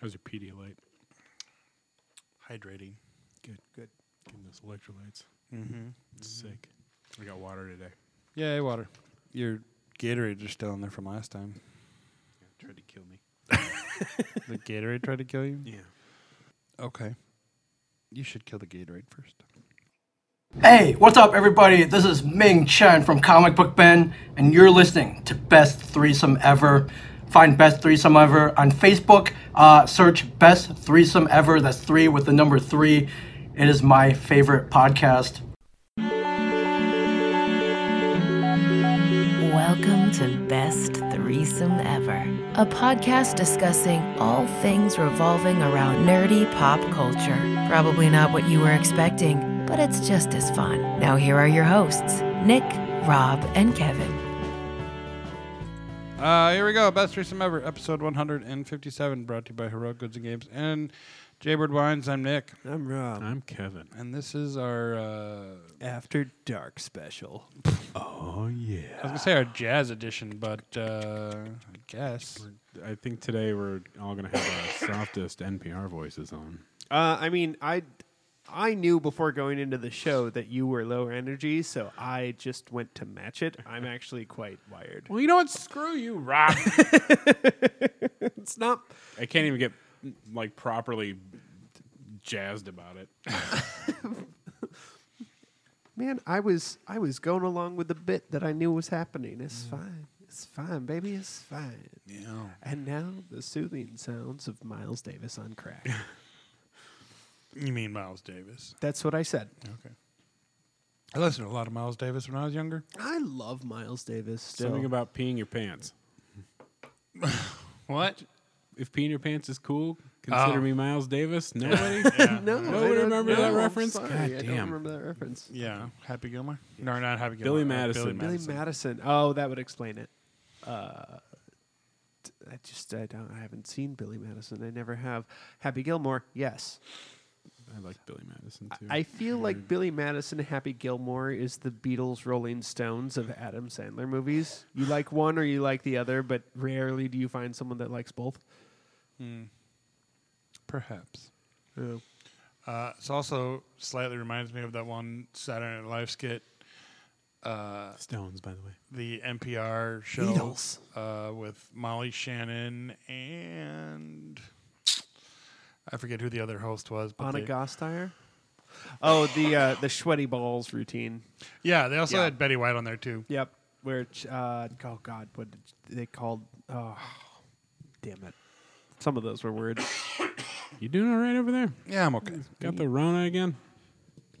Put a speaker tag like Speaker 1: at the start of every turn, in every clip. Speaker 1: How's your Pedialyte?
Speaker 2: Hydrating.
Speaker 1: Good.
Speaker 2: Good.
Speaker 1: Getting those electrolytes.
Speaker 2: Mm-hmm.
Speaker 1: It's sick. I got water today.
Speaker 2: Yeah, water. Your Gatorade is still in there from last time.
Speaker 1: tried to kill me.
Speaker 2: the Gatorade tried to kill you?
Speaker 1: Yeah.
Speaker 2: Okay. You should kill the Gatorade first.
Speaker 3: Hey, what's up, everybody? This is Ming Chen from Comic Book Ben, and you're listening to Best Threesome Ever. Find Best Threesome Ever on Facebook. Uh, search Best Threesome Ever. That's three with the number three. It is my favorite podcast.
Speaker 4: Welcome to Best Threesome Ever, a podcast discussing all things revolving around nerdy pop culture. Probably not what you were expecting, but it's just as fun. Now, here are your hosts Nick, Rob, and Kevin.
Speaker 2: Uh, here we go. Best threesome ever, episode 157, brought to you by Heroic Goods and Games and Jaybird Wines. I'm Nick,
Speaker 5: I'm Rob.
Speaker 1: I'm Kevin.
Speaker 2: and this is our. Uh,
Speaker 5: After Dark special.
Speaker 1: Oh
Speaker 2: I
Speaker 1: yeah.
Speaker 2: was gonna say our jazz edition, but uh, I guess
Speaker 1: I think today we're all gonna have our softest NPR voices on.
Speaker 5: Uh, I mean, I I knew before going into the show that you were lower energy, so I just went to match it. I'm actually quite wired.
Speaker 1: Well, you know what? Screw you, Rob.
Speaker 5: It's not.
Speaker 1: I can't even get like properly jazzed about it.
Speaker 5: Man, I was I was going along with the bit that I knew was happening. It's fine. It's fine, baby. It's fine.
Speaker 1: Yeah.
Speaker 5: And now the soothing sounds of Miles Davis on crack.
Speaker 2: you mean Miles Davis.
Speaker 5: That's what I said.
Speaker 2: Okay. I listened to a lot of Miles Davis when I was younger.
Speaker 5: I love Miles Davis. Still.
Speaker 1: Something about peeing your pants.
Speaker 2: What?
Speaker 1: If peeing your pants is cool, consider
Speaker 2: Oh.
Speaker 1: me Miles Davis. Nobody. Nobody
Speaker 5: no, I don't-
Speaker 1: Oh, remember
Speaker 5: no,
Speaker 1: that
Speaker 5: I'm
Speaker 1: reference?
Speaker 5: sorry,
Speaker 1: God
Speaker 5: I
Speaker 1: damn.
Speaker 5: don't remember that reference.
Speaker 2: Yeah, Happy Gilmore. No, not Happy Gilmore.
Speaker 1: Billy
Speaker 2: uh,
Speaker 1: Madison.
Speaker 2: Billy
Speaker 5: Billy
Speaker 2: Madison.
Speaker 5: Madison. Oh, that would explain it. Uh, t- I just I don't I haven't seen Billy Madison. I never have. Happy Gilmore, yes.
Speaker 1: I like Billy Madison too.
Speaker 5: I feel like Billy Madison, Happy Gilmore is the Beatles, Rolling Stones of Adam Sandler movies. You like one or you like the other, but rarely do you find someone that likes both.
Speaker 2: Perhaps.
Speaker 5: Oh.
Speaker 6: Uh, it's also slightly reminds me of that one Saturday Night Live skit,
Speaker 1: Stones, by the way.
Speaker 6: the NPR show uh, with Molly Shannon and I forget who the other host was. But
Speaker 5: Anna
Speaker 6: they-
Speaker 5: Gasteyer. Oh, the uh, the sweaty balls routine.
Speaker 6: yeah, they also
Speaker 5: Yeah.
Speaker 6: had Betty White on there too.
Speaker 5: Yep. Where it's, uh, oh God, what did they called? Oh, damn it! Some of those were words.
Speaker 1: You doing all right over there?
Speaker 2: Yeah, I'm okay.
Speaker 1: Got the Rona again?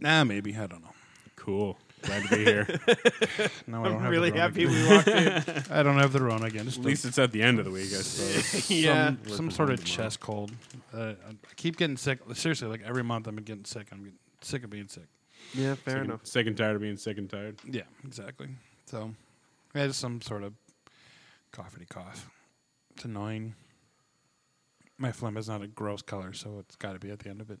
Speaker 2: Nah, maybe. I don't know.
Speaker 1: Cool. Glad to be here.
Speaker 2: No, I don't have
Speaker 5: really
Speaker 2: the Rona
Speaker 5: happy
Speaker 2: again.
Speaker 5: we walked in.
Speaker 6: I don't have the Rona again. Just
Speaker 1: At least it's at the end of the week, I suppose.
Speaker 5: yeah.
Speaker 2: some, some sort of chest cold. Uh, I I keep getting sick. Seriously, like every month, I'm getting sick. I'm getting sick of being sick.
Speaker 5: Yeah, fair
Speaker 1: Sick
Speaker 5: enough.
Speaker 1: and, sick and tired of being sick and tired.
Speaker 2: Yeah, exactly. So, I had some sort of coughity cough. It's annoying. My phlegm is not a gross color, so it's got to be at the end of it.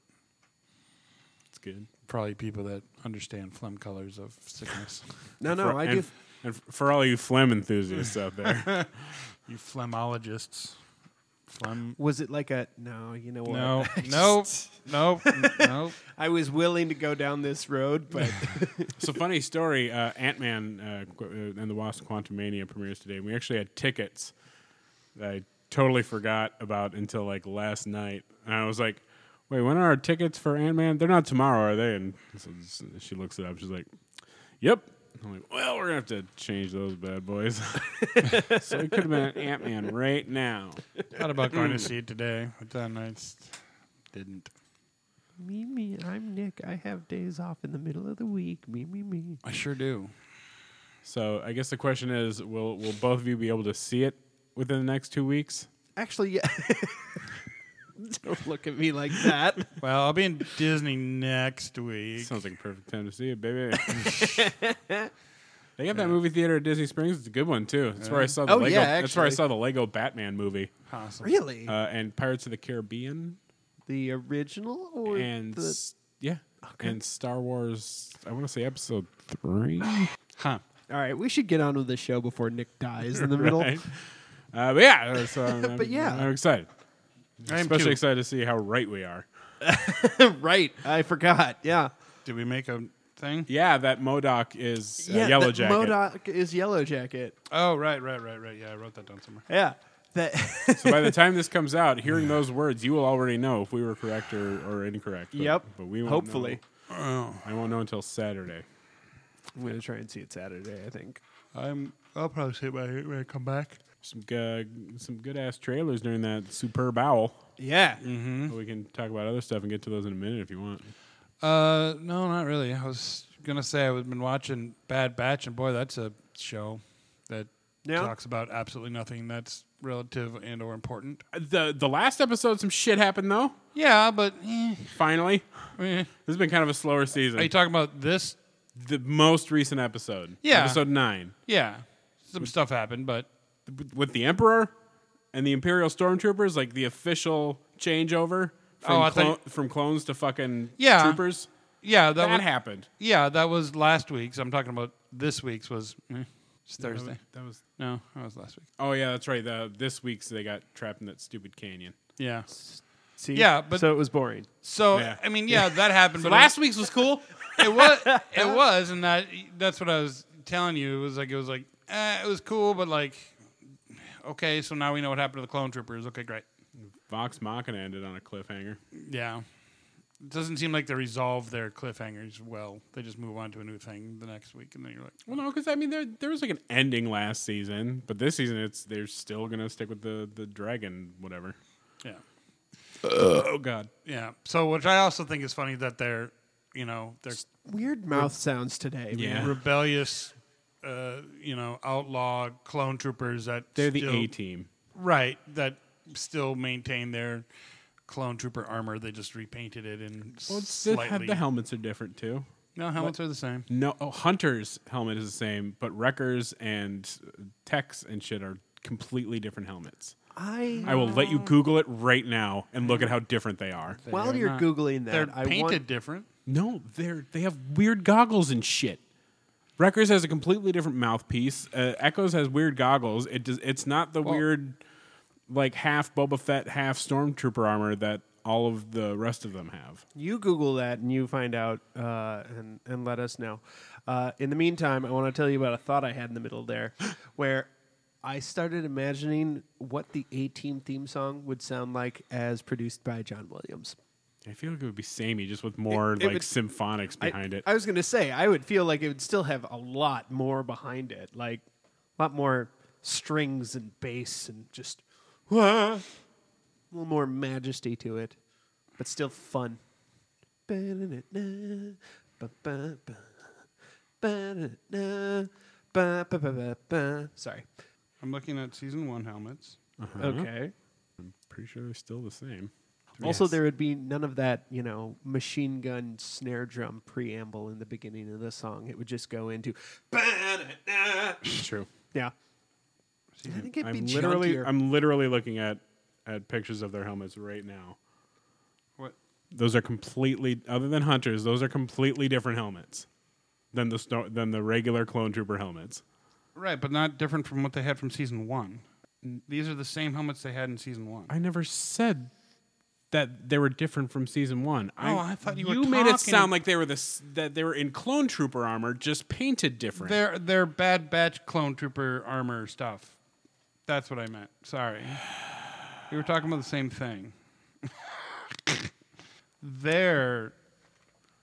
Speaker 1: It's good.
Speaker 2: Probably people that understand phlegm colors of sickness.
Speaker 5: No, no,
Speaker 1: for,
Speaker 5: I
Speaker 1: and,
Speaker 5: do.
Speaker 1: And f- for all you phlegm enthusiasts out there,
Speaker 2: you phlegmologists, phlegm.
Speaker 5: Was it like a no? You know what?
Speaker 2: No, no, no, no.
Speaker 5: I was willing to go down this road, but
Speaker 1: it's a funny story. Uh, Ant Man uh, Qu- uh, and the Wasp: Quantumania premieres today. And we actually had tickets that I totally forgot about until like last night, and I was like. Wait, when are our tickets for Ant Man? They're not tomorrow, are they? And so s- she looks it up. She's like, "Yep." I'm like, "Well, we're gonna have to change those bad boys." so it could have been Ant Man right now.
Speaker 2: Thought about
Speaker 6: going to see it today.
Speaker 2: But then I just didn't.
Speaker 5: me, me, I'm Nick. I have days off in the middle of the week. Me, me, me.
Speaker 2: I sure do.
Speaker 1: So I guess the question is, will will both of you be able to see it within the next two weeks?
Speaker 5: Actually, yeah. Don't look at me like that.
Speaker 6: Well, I'll be in Disney next week.
Speaker 1: Sounds like a perfect time to see it, baby. they got that movie theater at Disney Springs. It's a good one too. That's where I saw the
Speaker 5: Oh,
Speaker 1: Lego.
Speaker 5: yeah,
Speaker 1: that's where I
Speaker 5: actually.
Speaker 1: saw the Lego Batman movie
Speaker 2: Possible.
Speaker 5: really?
Speaker 1: uh, and Pirates of the Caribbean
Speaker 5: the original or
Speaker 1: and
Speaker 5: the
Speaker 1: s- yeah and Star Wars. I want to say Episode Three.
Speaker 2: Huh.
Speaker 5: All right, we should get on with the show before Nick dies in the middle.
Speaker 1: Right? Uh, but yeah, so I'm,
Speaker 5: But yeah.
Speaker 1: I'm excited. I'm especially
Speaker 6: too.
Speaker 1: excited to see how right we are.
Speaker 5: right. I forgot. Yeah.
Speaker 6: Did we make a thing?
Speaker 1: Yeah, that Modoc is uh, Yellow
Speaker 5: that
Speaker 1: Jacket.
Speaker 5: Modoc is Yellow Jacket.
Speaker 6: Oh, right, right, right, right. Yeah, I wrote that down somewhere.
Speaker 5: Yeah. That
Speaker 1: So by the time this comes out, hearing those words, you will already know if we were correct or, or incorrect. But,
Speaker 5: Yep.
Speaker 1: But we won't
Speaker 5: Hopefully.
Speaker 1: know. I won't know until Saturday.
Speaker 5: I'm gonna try and see it Saturday. I think.
Speaker 6: I'm. I'll probably see it when I- when I come back.
Speaker 1: Some good, some good ass trailers during that superb owl.
Speaker 5: Yeah.
Speaker 6: Mm-hmm.
Speaker 1: But We can talk about other stuff and get to those in a minute if you want.
Speaker 6: Uh, no, not really. I was gonna say I was been watching Bad Batch, and boy, that's a show that
Speaker 5: Yeah.
Speaker 6: talks about absolutely nothing that's relative and or important.
Speaker 1: The the last episode, some shit happened though.
Speaker 6: Yeah, but eh,
Speaker 1: Finally,
Speaker 6: eh.
Speaker 1: this has been kind of a slower season.
Speaker 6: are you talking about this?
Speaker 1: the most recent episode,
Speaker 6: Yeah.
Speaker 1: episode nine,
Speaker 6: Yeah, some stuff happened, but
Speaker 1: with the Emperor and the Imperial stormtroopers, like the official changeover from,
Speaker 6: Oh, I
Speaker 1: clo-
Speaker 6: thought
Speaker 1: from clones to fucking
Speaker 6: Yeah.
Speaker 1: troopers.
Speaker 6: yeah, that,
Speaker 1: That,
Speaker 6: was
Speaker 1: happened.
Speaker 6: yeah, that was last week's. I'm talking about this week's was eh, it's Thursday.
Speaker 1: That was.
Speaker 6: No, that was last week.
Speaker 1: Oh yeah, that's right. The, this week's they got trapped in that stupid canyon.
Speaker 6: Yeah.
Speaker 5: See.
Speaker 6: Yeah, but-
Speaker 5: so it was boring.
Speaker 6: So
Speaker 1: Yeah.
Speaker 6: I mean, yeah, that happened.
Speaker 1: So
Speaker 6: but it-
Speaker 1: last week's was cool.
Speaker 6: it was it was and that that's what i was telling you it was like it was like eh, it was cool but like okay so now we know what happened to the clone troopers okay great
Speaker 1: Vox Machina ended on a cliffhanger.
Speaker 6: yeah it doesn't seem like they resolve their cliffhangers well they just move on to a new thing the next week and then you're like
Speaker 1: Well, no, because I mean there there was like an ending last season, but this season it's they're still gonna stick with the the dragon whatever.
Speaker 6: yeah
Speaker 1: Oh God,
Speaker 6: yeah so which i also think is funny that they're you know they're
Speaker 5: Weird mouth sounds today. man.
Speaker 1: Yeah.
Speaker 6: rebellious uh, you know outlaw clone troopers that
Speaker 1: they're the
Speaker 6: still-
Speaker 1: A team.
Speaker 6: Right, that still maintain their clone trooper armor. They just repainted it in
Speaker 1: Well, it's, they have-
Speaker 6: slightly.
Speaker 1: the helmets are different too.
Speaker 6: no, helmets are the same.
Speaker 1: No, oh, Hunter's helmet is the same, but Wrecker's and uh, Tech's and shit are completely different helmets.
Speaker 5: I.
Speaker 1: I will let you Google it right now and look at how different they are.
Speaker 5: while you're googling that,
Speaker 6: They're
Speaker 5: I
Speaker 6: painted
Speaker 5: want
Speaker 6: different.
Speaker 1: No, they're they have weird goggles and shit. Wreckers has a completely different mouthpiece. Uh, Echoes has weird goggles. It does, it's not the weird, like half Boba Fett, half Stormtrooper armor that all of the rest of them have.
Speaker 5: you Google that and you find out uh, and and let us know. Uh, in the meantime, I want to tell you about a thought I had in the middle there, where I started imagining what the A Team theme song would sound like as produced by John Williams.
Speaker 1: I feel like it would be samey, just with more
Speaker 5: it
Speaker 1: like
Speaker 5: would-
Speaker 1: symphonics
Speaker 5: I-
Speaker 1: behind it.
Speaker 5: I was gonna say I would feel like it would still have a lot more behind it, like a lot more strings and bass and just "Wah," a little more majesty to it, but still fun. Ba-da-da-da, ba-ba-ba, ba-da-da, ba-ba-ba-ba. Sorry.
Speaker 6: I'm looking at season one helmets.
Speaker 5: Okay.
Speaker 1: Pretty sure they're still the same.
Speaker 5: Also, there would be none of that, you know, machine gun snare drum preamble in the beginning of the song. It would just go into, "Ba-da-da."
Speaker 1: True.
Speaker 5: yeah. I think it'd
Speaker 1: I'm
Speaker 5: be
Speaker 1: literally
Speaker 5: junkier.
Speaker 1: I'm literally looking at at pictures of their helmets right now.
Speaker 6: What?
Speaker 1: Those are completely other than hunters. Those are completely different helmets than the sto- than the regular clone trooper helmets.
Speaker 6: Right, but not different from what they had from season one. These are the same helmets they had in season one.
Speaker 1: I never said that they were different from season one.
Speaker 6: Oh, I thought you were
Speaker 1: You made it
Speaker 6: talking-
Speaker 1: sound like they were this that they were in clone trooper armor, just painted different.
Speaker 6: They're they're bad batch clone trooper armor stuff. That's what I meant. Sorry, we were talking about the same thing. Their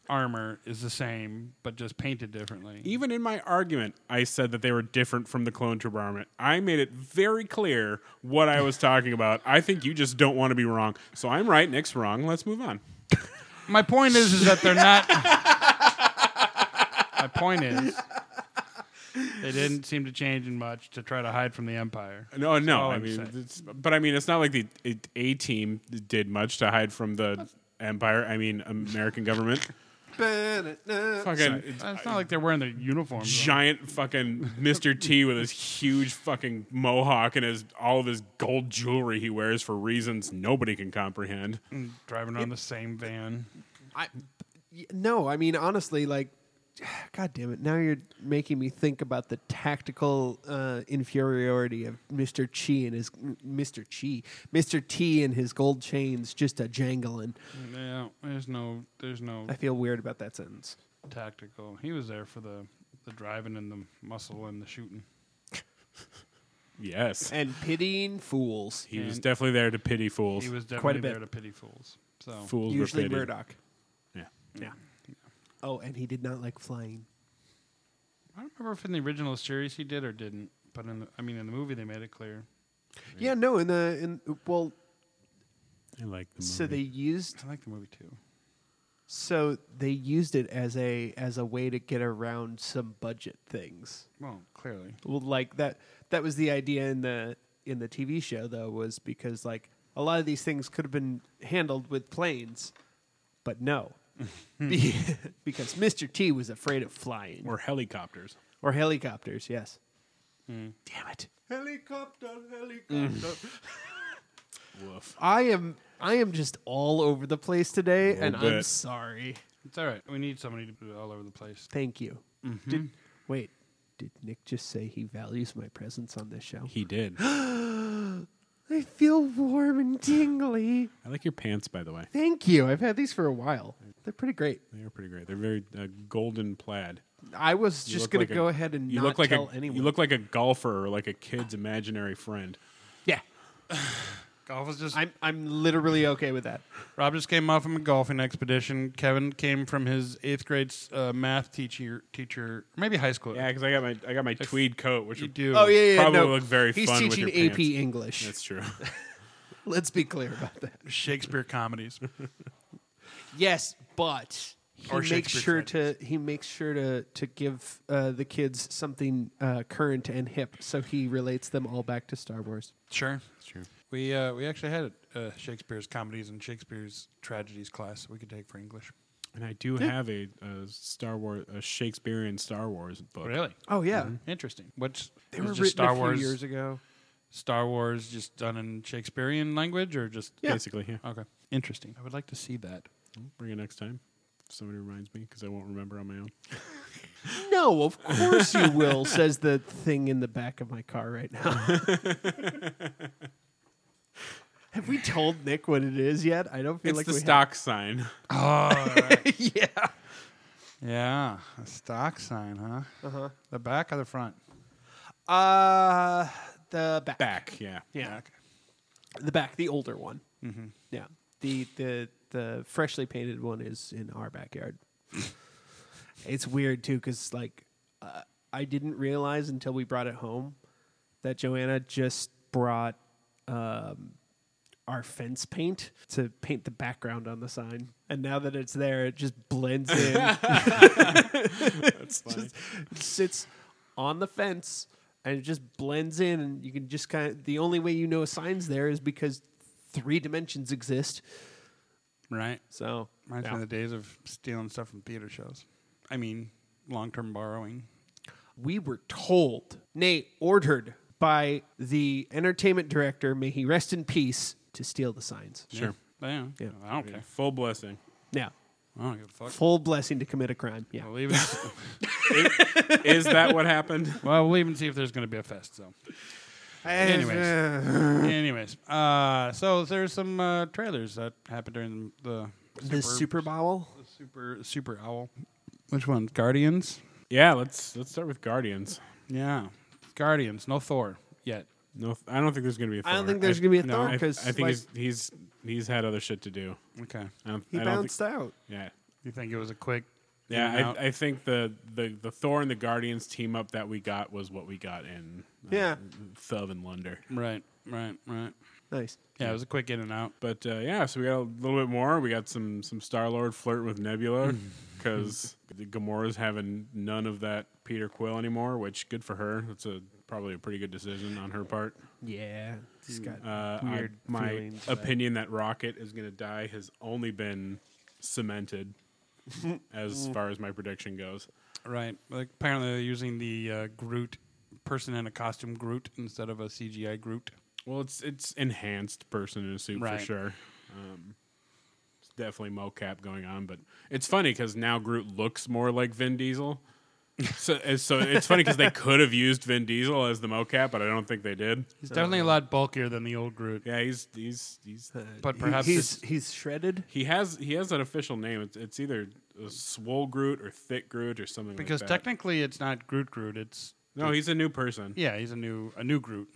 Speaker 6: armor is the same, but just painted differently.
Speaker 1: Even in my argument, I said that they were different from the clone trooper armament. I made it very clear what I was talking about. I think you just don't want to be wrong. So I'm right, Nick's wrong. Let's move on.
Speaker 6: My point is, is that they're not. my point is, they didn't seem to change in much to try to hide from the empire.
Speaker 1: No, no.
Speaker 6: all
Speaker 1: I
Speaker 6: I'm
Speaker 1: mean,
Speaker 6: saying.
Speaker 1: it's, but I mean, it's not like the A team did much to hide from the empire. I mean, American government. fucking
Speaker 6: It's not like they're wearing their uniforms. though.
Speaker 1: giant fucking Mr. T with his huge fucking mohawk and his all of his gold jewelry he wears for reasons nobody can comprehend.
Speaker 6: Mm. driving around the same van.
Speaker 5: I, y- no, I mean honestly, like God damn it! Now you're making me think about the tactical uh, inferiority of Mister Chi and his Mister Chi, Mister T and his gold chains just a jangling.
Speaker 6: Yeah, there's no, there's no
Speaker 5: I feel weird about that sentence.
Speaker 6: tactical. He was there for the, the driving and the muscle and the shooting.
Speaker 1: Yes.
Speaker 5: And pitying fools,
Speaker 1: He was
Speaker 6: And-
Speaker 1: definitely there to pity fools.
Speaker 6: He was definitely
Speaker 5: Quite a bit.
Speaker 6: there to pity fools. So
Speaker 1: fools were
Speaker 5: usually
Speaker 1: pitied.
Speaker 5: Murdoch.
Speaker 1: Yeah.
Speaker 5: Yeah. Oh, and he did not like flying.
Speaker 6: I don't remember if in the original series he did or didn't, but in the, I mean in the movie they made it clear.
Speaker 5: Yeah, no, in the in well,
Speaker 1: I like the movie.
Speaker 5: so they used
Speaker 6: I like the movie too.
Speaker 5: so they used it as a as a way to get around some budget things.
Speaker 6: Well, clearly.
Speaker 5: Well, like that that was the idea in the in the TV show though was because like a lot of these things could have been handled with planes, but no. Be- because Mr. T was afraid of flying
Speaker 1: or helicopters.
Speaker 5: Or helicopters, yes.
Speaker 1: Hmm.
Speaker 5: Damn it.
Speaker 6: Helicopter, helicopter.
Speaker 1: Woof.
Speaker 5: I am I am just all over the place today and I'm
Speaker 1: bit.
Speaker 5: sorry.
Speaker 6: it's all right. We need somebody to be all over the place.
Speaker 5: Thank you. Did, wait, did Nick just say he values my presence on this show?
Speaker 1: He did.
Speaker 5: I feel warm and tingly.
Speaker 1: I like your pants, by the way.
Speaker 5: Thank you. I've had these for a while. They're pretty great.
Speaker 1: They are pretty great. They're very uh, golden plaid.
Speaker 5: I was
Speaker 1: You
Speaker 5: just
Speaker 1: look
Speaker 5: gonna
Speaker 1: like a-
Speaker 5: go ahead and
Speaker 1: you
Speaker 5: not
Speaker 1: look like
Speaker 5: tell
Speaker 1: a,
Speaker 5: anyone.
Speaker 1: You look like a golfer or like a kid's imaginary friend.
Speaker 5: yeah.
Speaker 6: Golf was just
Speaker 5: I'm I'm literally okay with that.
Speaker 6: Rob just came off from a golfing expedition. Kevin came from his eighth grade uh, math teacher teacher, maybe high school.
Speaker 1: Yeah, because I got my I got my tweed coat, which
Speaker 6: you
Speaker 1: would
Speaker 6: do.
Speaker 5: Oh yeah, yeah.
Speaker 1: probably
Speaker 5: no.
Speaker 1: look very
Speaker 5: He's
Speaker 1: fun with
Speaker 5: teaching
Speaker 1: your
Speaker 5: AP
Speaker 1: pants.
Speaker 5: English.
Speaker 1: That's true.
Speaker 5: Let's be clear about that.
Speaker 6: Shakespeare comedies.
Speaker 5: Yes, but he
Speaker 6: Or
Speaker 5: makes
Speaker 6: Shakespeare
Speaker 5: sure to he makes sure to to give uh, the kids something uh, current and hip, so he relates them all back to Star Wars.
Speaker 6: sure.
Speaker 1: true.
Speaker 6: We uh, we actually had uh, Shakespeare's comedies and Shakespeare's tragedies class that we could take for English.
Speaker 1: And I do have a, a Star Wars, a Shakespearean Star Wars book.
Speaker 5: Oh yeah,
Speaker 6: Interesting. Which Mm-hmm.
Speaker 5: they
Speaker 6: it
Speaker 5: were
Speaker 6: was
Speaker 5: written
Speaker 6: just Star
Speaker 5: a few
Speaker 6: Wars
Speaker 5: years ago.
Speaker 6: Star Wars just done in Shakespearean language or just
Speaker 5: Yeah.
Speaker 1: Basically, yeah.
Speaker 6: Okay. Interesting. I would like to see that.
Speaker 1: Bring it next time. If somebody reminds me, because I won't remember on my own.
Speaker 5: No, of course you will. says the thing in the back of my car right now. Have we told Nick what it is yet? I don't feel
Speaker 1: It's
Speaker 5: like
Speaker 1: the
Speaker 5: we
Speaker 1: stock sign.
Speaker 5: Have. yeah.
Speaker 6: Yeah. A stock sign, huh? Uh-huh. The back or the front?
Speaker 5: Uh the back.
Speaker 1: Back, yeah.
Speaker 5: Yeah. The back, the older one. Mm-hmm. Yeah. The the the freshly painted one is in our backyard. it's weird too, because like uh, I didn't realize until we brought it home that Joanna just brought um, our fence paint to paint the background on the sign, and now that it's there, it just blends in. It's just it sits on the fence and it just blends in and you can just kind of the only way you know a sign's there is because three dimensions exist
Speaker 6: Right.
Speaker 5: so
Speaker 6: Reminds
Speaker 5: yeah.
Speaker 6: me of the days of stealing stuff from theater shows. I mean, long term borrowing.
Speaker 5: we were told nay ordered by the entertainment director may he rest in peace to steal the signs
Speaker 1: Sure.
Speaker 6: Yeah.
Speaker 5: Yeah.
Speaker 6: I don't care.
Speaker 1: Full blessing.
Speaker 5: now
Speaker 6: I don't give a fuck.
Speaker 5: full blessing to commit a crime yeah
Speaker 6: We'll even,
Speaker 1: Is that what happened?
Speaker 6: well, we'll even see if there's going to be a fest. So, anyways, anyways, uh, so there's some uh, trailers that happened during the
Speaker 5: the super bowl
Speaker 6: super super owl. Which one? Guardians.
Speaker 1: Yeah, let's let's start with Guardians.
Speaker 6: Yeah, Guardians. No Thor yet.
Speaker 1: No, th- I don't think there's going to be a Thor.
Speaker 5: I don't think there's gonna be a
Speaker 1: no,
Speaker 5: Thor,
Speaker 1: I-
Speaker 5: 'cause,
Speaker 1: I, think
Speaker 5: like-
Speaker 1: he's, he's he's had other shit to do.
Speaker 6: Okay.
Speaker 1: I don't,
Speaker 5: he
Speaker 1: I don't
Speaker 5: bounced
Speaker 1: think,
Speaker 5: out
Speaker 1: Yeah.
Speaker 6: You think it was a quick? in and
Speaker 1: Yeah,
Speaker 6: out?
Speaker 1: I, I think the, the, the Thor and the Guardians team up that we got was what we got in uh,
Speaker 5: Yeah.
Speaker 1: Thub and Lunder.
Speaker 6: right, right, right.
Speaker 5: nice
Speaker 6: Yeah, it was a quick in and out.
Speaker 1: But uh, yeah, so we got a little bit more. We got some some Star Lord flirting with Nebula because Gamora's having none of that Peter Quill anymore, which good for her. That's a probably a pretty good decision on her part.
Speaker 5: yeah he's got
Speaker 1: Uh, I-
Speaker 5: weird
Speaker 1: my
Speaker 5: feelings about-
Speaker 1: opinion that Rocket is going to die has only been cemented as far as my prediction goes.
Speaker 6: Right. Like apparently they're using the uh, Groot person in a costume Groot instead of a CGI Groot.
Speaker 1: Well, it's it's enhanced person in a suit
Speaker 6: Right.
Speaker 1: for sure. Um, definitely mocap going on. But it's funny because now Groot looks more like Vin Diesel. so, and so it's funny because they could have used Vin Diesel as the mocap, but I don't think they did.
Speaker 6: He's definitely a lot bulkier than the old Groot.
Speaker 1: Yeah, he's he's he's
Speaker 6: But perhaps
Speaker 5: he's
Speaker 6: it's-
Speaker 5: he's shredded.
Speaker 1: he has he has an official name. It's, it's either uh, Swole Groot or Thick Groot or something.
Speaker 6: because
Speaker 1: like that.
Speaker 6: technically it's not Groot Groot. It's
Speaker 1: no, he's a new person.
Speaker 6: yeah, he's a new a new Groot.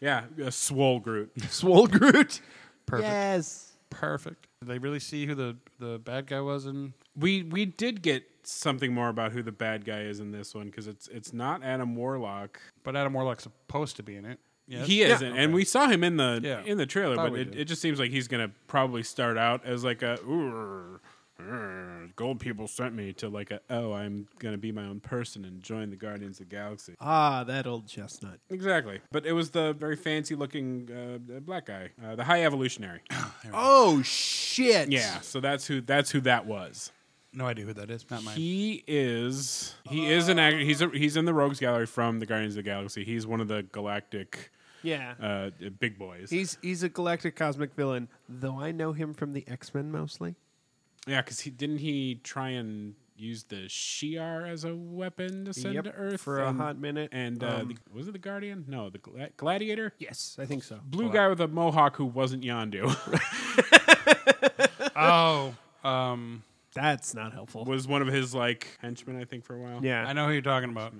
Speaker 1: Yeah, a Swole Groot.
Speaker 6: Swole Groot. Perfect.
Speaker 5: Yes.
Speaker 6: Perfect. Did they really see who the the bad guy was in?
Speaker 1: We we did get something more about who the bad guy is in this one because it's it's not Adam Warlock.
Speaker 6: But Adam Warlock's supposed to be in it. Yes?
Speaker 1: He is, and, and we saw him in the
Speaker 6: Yeah.
Speaker 1: in the trailer,
Speaker 6: Thought
Speaker 1: but
Speaker 6: we
Speaker 1: it,
Speaker 6: did.
Speaker 1: it just seems like he's gonna probably start out as like a "Ooh, er, gold people sent me to like a oh I'm gonna be my own person and join the Guardians of the Galaxy.
Speaker 5: Ah, that old chestnut.
Speaker 1: Exactly, but it was the very fancy looking uh, black guy, uh, the High Evolutionary.
Speaker 5: Oh shit.
Speaker 1: yeah, so that's who that's who that was.
Speaker 6: No idea who that is. Not mine.
Speaker 1: He is he is an actor. He's a, he's in the Rogues Gallery from the Guardians of the Galaxy. He's one of the galactic
Speaker 5: Yeah.
Speaker 1: uh, big boys.
Speaker 5: he's he's a galactic cosmic villain, though I know him from the X Men mostly.
Speaker 1: yeah, because he didn't he try and use the Shi'ar as a weapon to send
Speaker 5: Yep,
Speaker 1: to Earth
Speaker 5: for a
Speaker 1: And-
Speaker 5: hot um, minute.
Speaker 1: And uh, the, was it the Guardian? No, the Gla- Gladiator.
Speaker 5: Yes, I think so.
Speaker 1: Blue guy with a mohawk who wasn't Yondu
Speaker 6: Oh, um,
Speaker 5: That's not helpful.
Speaker 1: was one of his like henchmen, I think, for a while.
Speaker 5: yeah,
Speaker 6: I know who you're talking about.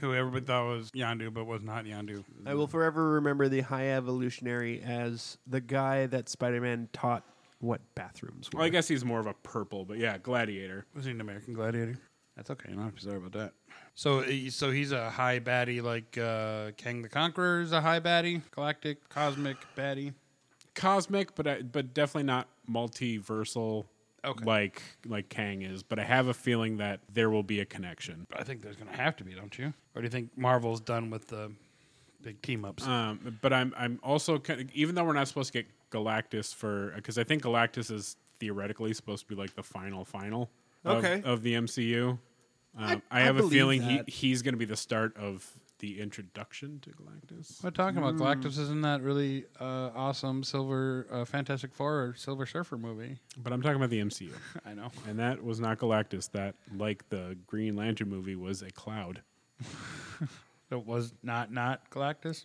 Speaker 6: Who everybody thought was Yandu, but was not Yandu.
Speaker 5: I will forever remember the High Evolutionary as the guy that Spider Man taught what bathrooms were.
Speaker 1: Well, I guess he's more of a purple, but yeah, Gladiator.
Speaker 6: Was he an American Gladiator? That's okay. Not sorry about that. So, he- so he's a high baddie, like uh, Kang the Conqueror is a high baddie, galactic, cosmic baddie.
Speaker 1: cosmic, but I, but definitely not multiversal.
Speaker 6: Okay.
Speaker 1: Like like Kang is, but I have a feeling that there will be a connection.
Speaker 6: I think there's going to have to be, don't you? Or do you think Marvel's done with the big team ups?
Speaker 1: Um, but I'm I'm also kind of, even though we're not supposed to get Galactus for because I think Galactus is theoretically supposed to be like the final final of,
Speaker 5: Okay.
Speaker 1: of the MCU. Um, I,
Speaker 5: I
Speaker 1: have a
Speaker 5: believe
Speaker 1: feeling he,
Speaker 5: that.
Speaker 1: he's going to be the start of the introduction to Galactus.
Speaker 6: We're talking about Galactus. Isn't that really uh, awesome Silver uh, Fantastic Four or Silver Surfer movie?
Speaker 1: But I'm talking about the MCU,
Speaker 6: I know.
Speaker 1: and that was not Galactus. That like the Green Lantern movie was a cloud.
Speaker 6: It was not not Galactus.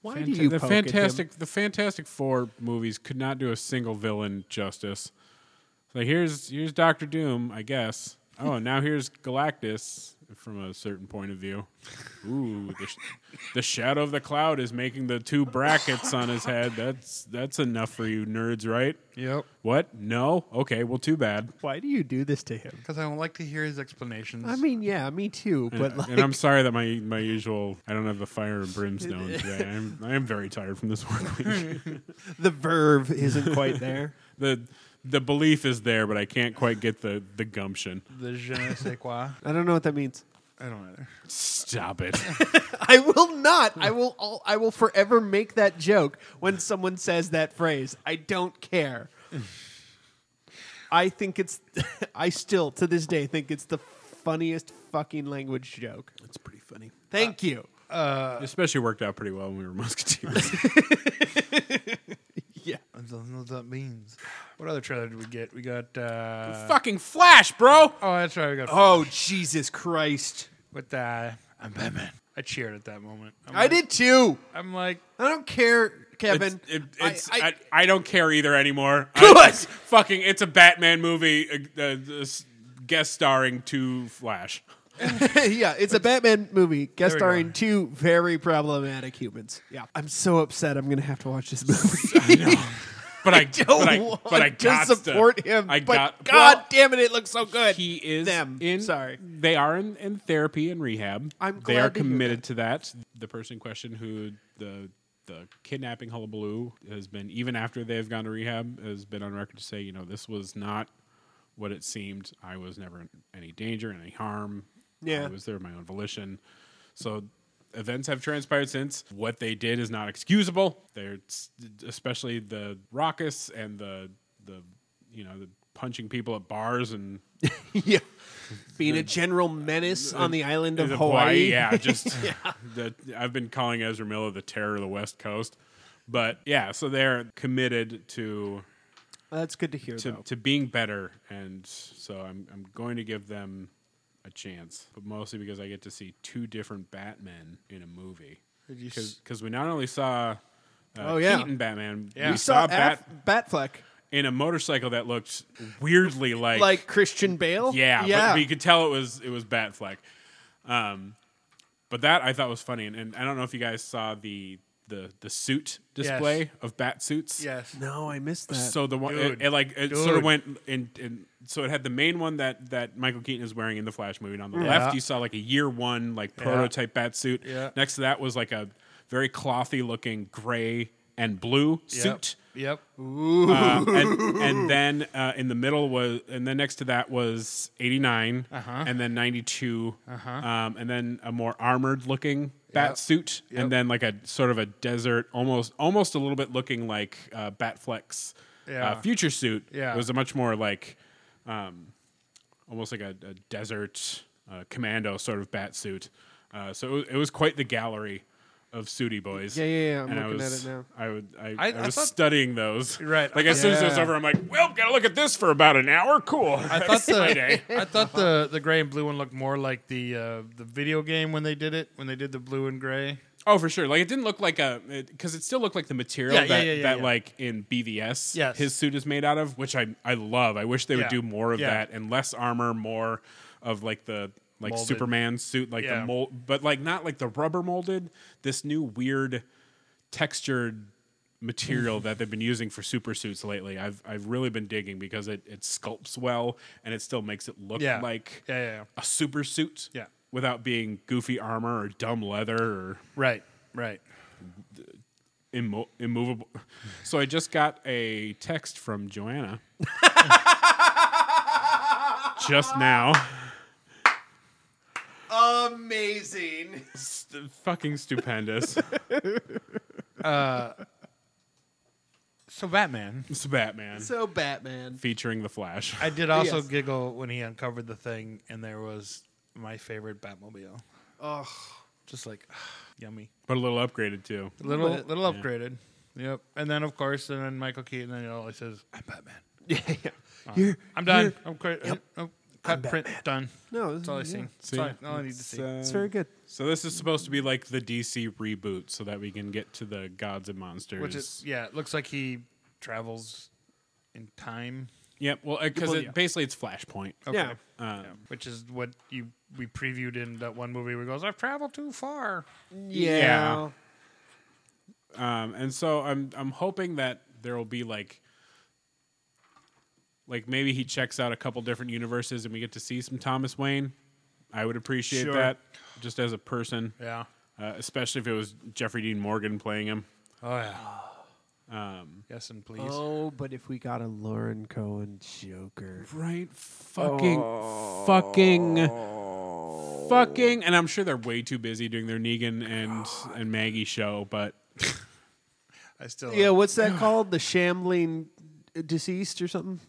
Speaker 5: Why
Speaker 1: Fanta-
Speaker 5: do you
Speaker 1: the
Speaker 5: poke at him?
Speaker 1: Fantastic the Fantastic Four movies could not do a single villain justice. So here's here's Doctor Doom, I guess. Oh, and now here's Galactus from a certain point of view. Ooh, the, sh- the shadow of the cloud is making the two brackets on his head. That's that's enough for you nerds, right?
Speaker 6: Yep.
Speaker 1: What? No? Okay, well, too bad.
Speaker 5: Why do you do this to him?
Speaker 6: Because I don't like to hear his explanations.
Speaker 5: I mean, yeah, me too.
Speaker 1: Uh,
Speaker 5: But like,
Speaker 1: and I'm sorry that my my usual I don't have the fire and brimstone today. I'm I am very tired from this work week.
Speaker 5: the verve isn't quite there.
Speaker 1: the the belief is there, but I can't quite get the the gumption.
Speaker 6: the je ne sais quoi.
Speaker 5: I don't know what that means.
Speaker 6: I don't either.
Speaker 1: Stop it.
Speaker 5: I will not.
Speaker 1: Hmm.
Speaker 5: I will. All, I will forever make that joke when someone says that phrase. I don't care. I think it's. I still to this day think it's the funniest fucking language joke.
Speaker 1: That's pretty funny. Uh,
Speaker 5: Thank you.
Speaker 1: Especially worked out pretty well when we were musketeers.
Speaker 5: Yeah.
Speaker 6: I don't know what that means. What other trailer did we get? We got. Uh,
Speaker 1: Fucking Flash, bro.
Speaker 6: oh, that's right. We got.
Speaker 5: Oh Jesus Christ!
Speaker 6: With the. I'm Batman. I cheered at that moment. I'm
Speaker 5: I
Speaker 6: like-
Speaker 5: did too.
Speaker 6: I'm like,
Speaker 5: I don't care, Kevin.
Speaker 1: It's, it,
Speaker 5: I-
Speaker 1: it's,
Speaker 5: I-
Speaker 1: I, I, don't care either anymore.
Speaker 5: Good!
Speaker 1: I- it's fucking, it's a Batman movie uh, uh, this guest starring to Flash.
Speaker 5: yeah, it's a Batman movie, guest
Speaker 6: There we
Speaker 5: starring
Speaker 6: go.
Speaker 5: two very problematic humans. Yeah, I'm so upset. I'm gonna have to watch this movie.
Speaker 1: But I,
Speaker 5: don't
Speaker 1: but I,
Speaker 5: want
Speaker 1: but I
Speaker 5: to
Speaker 1: gots
Speaker 5: support him.
Speaker 1: I
Speaker 5: but
Speaker 1: got
Speaker 5: God
Speaker 1: well,
Speaker 5: damn it, it looks so good.
Speaker 1: He is
Speaker 5: them.
Speaker 1: In,
Speaker 5: Sorry.
Speaker 1: they are in, in therapy and rehab.
Speaker 5: I'm
Speaker 1: they
Speaker 5: glad
Speaker 1: are
Speaker 5: to hear
Speaker 1: committed to that. The person in question who the the kidnapping hullabaloo has been, even after they've gone to rehab, has been on record to say, you know, this was not what it seemed. I was never in any danger, any harm.
Speaker 5: Yeah.
Speaker 1: I was there of my own volition. So events have transpired since. What they did is not excusable. They're especially the raucous and the the you know the punching people at bars and
Speaker 5: yeah, being a general menace on the island of
Speaker 1: Is it
Speaker 5: Hawaii.
Speaker 1: Yeah, just the, I've been calling Ezra Miller the terror of the West Coast, but yeah, so they're committed to
Speaker 5: That's good to hear,
Speaker 1: to,
Speaker 5: though.
Speaker 1: to being better, and so I'm I'm going to give them a chance, but mostly because I get to see two different Batmen in a movie. Because we not only saw uh,
Speaker 5: Oh, yeah.
Speaker 1: Keaton Batman,
Speaker 5: We
Speaker 1: we saw, Bat
Speaker 5: Af- Batfleck
Speaker 1: in a motorcycle that looked weirdly like
Speaker 5: like Christian Bale.
Speaker 1: yeah,
Speaker 5: yeah.
Speaker 1: But, but you could tell it was it was Batfleck. Um, but that I thought was funny, and, and I don't know if you guys saw the the the suit display of bat suits.
Speaker 6: Yes.
Speaker 5: no, I missed that.
Speaker 1: So the one it,
Speaker 6: Dude.
Speaker 1: it, like it sort
Speaker 6: Dude.
Speaker 1: of went in, in. So it had the main one that that Michael Keaton is wearing in the Flash movie. And on the left, you saw like a year one like prototype bat suit.
Speaker 6: Yeah.
Speaker 1: Next to that was like a very clothy looking gray and blue suit.
Speaker 6: Yep.
Speaker 1: Uh, and, and then uh, in the middle was, and then next to that was 89,
Speaker 5: Uh-huh.
Speaker 1: and then 92, um, and then a more armored looking bat suit, and then like a sort of a desert, almost almost a little bit looking like uh, Batfleck's uh,
Speaker 6: Yeah.
Speaker 1: future suit.
Speaker 6: Yeah.
Speaker 1: It was a much more like um, almost like a, a desert uh, commando sort of bat suit. Uh, so it was, it was quite the gallery of Sooty Boys.
Speaker 5: Yeah, yeah, yeah, I'm
Speaker 1: and I
Speaker 5: looking at
Speaker 1: was-
Speaker 5: it now.
Speaker 1: I would. I,
Speaker 6: I-
Speaker 1: I,
Speaker 6: I
Speaker 1: was
Speaker 6: thought-
Speaker 1: studying those.
Speaker 6: Right.
Speaker 1: Like as soon as it was
Speaker 5: Yeah.
Speaker 1: over, I'm like, well, gotta look at this for about an hour. Cool.
Speaker 6: I thought
Speaker 1: my
Speaker 6: the
Speaker 1: day.
Speaker 6: I thought the the gray and blue one looked more like the uh, the video game when they did it when they did the blue and gray.
Speaker 1: Oh, for sure. Like it didn't look like a because it, still looked like the material
Speaker 6: Yeah, yeah,
Speaker 1: that,
Speaker 6: yeah, yeah,
Speaker 1: that
Speaker 6: yeah.
Speaker 1: like in BVS,
Speaker 6: Yes.
Speaker 1: his suit is made out of, which I I love. I wish they
Speaker 6: Yeah.
Speaker 1: would do more of
Speaker 6: Yeah.
Speaker 1: that and less armor, more of like the like
Speaker 6: Molded.
Speaker 1: Superman suit, like
Speaker 6: Yeah.
Speaker 1: the mold, but like not like the rubber molded. This new weird textured material that they've been using for super suits lately. I've I've really been digging because it it sculpts well and it still makes it look
Speaker 6: Yeah.
Speaker 1: like
Speaker 6: Yeah, yeah, yeah.
Speaker 1: a super suit.
Speaker 6: Yeah.
Speaker 1: Without being goofy armor or dumb leather or
Speaker 6: Right. Right.
Speaker 1: immo- immovable. So I just got a text from Joanna just now.
Speaker 5: amazing.
Speaker 1: St- fucking stupendous.
Speaker 6: So Batman.
Speaker 1: it's Batman
Speaker 5: So Batman.
Speaker 1: featuring the Flash.
Speaker 6: I did also
Speaker 5: Yes.
Speaker 6: giggle when he uncovered the thing and there was my favorite Batmobile.
Speaker 5: Oh,
Speaker 6: Just like yummy.
Speaker 1: but a little upgraded too.
Speaker 6: Little
Speaker 5: But-
Speaker 6: little upgraded. Yep. And then of course and then Michael Keaton and he always says, I'm Batman.
Speaker 5: yeah. You're,
Speaker 6: I'm done. I'm quit. I'm, I'm cut print done.
Speaker 5: no,
Speaker 6: That's all I
Speaker 5: yeah.
Speaker 6: see.
Speaker 1: See? uh,
Speaker 6: That's all I- all I need to see.
Speaker 5: It's very good.
Speaker 1: So this is supposed to be like the DC reboot, so that we can get to the gods and monsters.
Speaker 6: Which is yeah, it looks like he travels in time.
Speaker 1: yep. Well, because
Speaker 6: Well,
Speaker 1: it,
Speaker 6: yeah.
Speaker 1: basically it's Flashpoint.
Speaker 5: Yeah.
Speaker 1: Um,
Speaker 6: Which is what you we previewed in that one movie where he goes, I've traveled too far.
Speaker 5: Yeah.
Speaker 1: Um, and so I'm I'm hoping that there will be like like maybe he checks out a couple different universes and we get to see some Thomas Wayne. I would appreciate
Speaker 6: Sure.
Speaker 1: that just as a person,
Speaker 6: Yeah.
Speaker 1: uh, especially if it was Jeffrey Dean Morgan playing him.
Speaker 6: Oh yeah. yes and please.
Speaker 5: Oh, but if we got a Lauren Cohen Joker.
Speaker 1: Right? Fucking,
Speaker 6: Oh.
Speaker 1: fucking, fucking. And I'm sure they're way too busy doing their Negan and and Maggie show, but
Speaker 6: I still
Speaker 5: Yeah, what's that called? The shambling uh, deceased or something?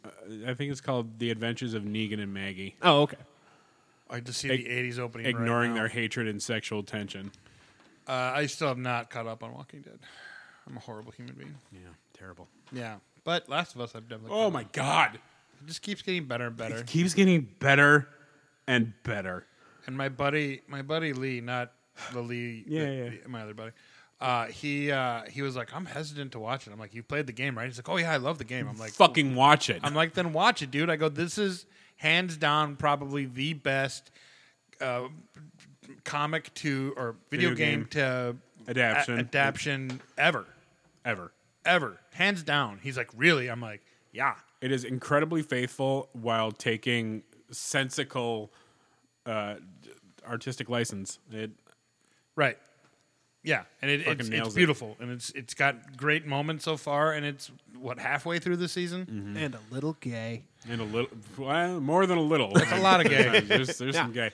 Speaker 1: I think it's called The Adventures of Negan and Maggie.
Speaker 5: Oh, okay.
Speaker 6: I just see
Speaker 1: Ig-
Speaker 6: the '80s opening. right
Speaker 1: ignoring
Speaker 6: now.
Speaker 1: their hatred and sexual tension.
Speaker 6: Uh, I still have not caught up on Walking Dead. I'm a horrible human being.
Speaker 1: Yeah, terrible.
Speaker 6: Yeah, but Last of Us, I've definitely.
Speaker 1: Oh my god,
Speaker 6: It just keeps getting better and better.
Speaker 1: it keeps getting better and better.
Speaker 6: And my buddy, my buddy Lee, not the Lee,
Speaker 1: Yeah,
Speaker 6: the-
Speaker 1: yeah.
Speaker 6: the- my other buddy. Uh, he uh, he was like, I'm hesitant to watch it. I'm like, you played the game, right? He's like, oh yeah, I love the game. I'm like,
Speaker 1: Fucking watch it.
Speaker 6: I'm like, then watch it, dude. I go, this is hands down probably the best uh, comic to or video,
Speaker 1: Video
Speaker 6: game,
Speaker 1: game.
Speaker 6: to
Speaker 1: Adaption.
Speaker 6: a- adaption ever,
Speaker 1: Ever.
Speaker 6: ever, hands down. He's like, really? I'm like, yeah,
Speaker 1: It is incredibly faithful while taking sensical uh, d- artistic license. It
Speaker 6: right, yeah. And it, it's,
Speaker 1: nails
Speaker 6: it's
Speaker 1: it.
Speaker 6: beautiful, and it's it's got great moments so far, and it's what halfway through the season.
Speaker 5: Hmm. And a little gay.
Speaker 1: and a little well, more than a little. It's
Speaker 6: a lot of gay.
Speaker 1: there's there's some gay,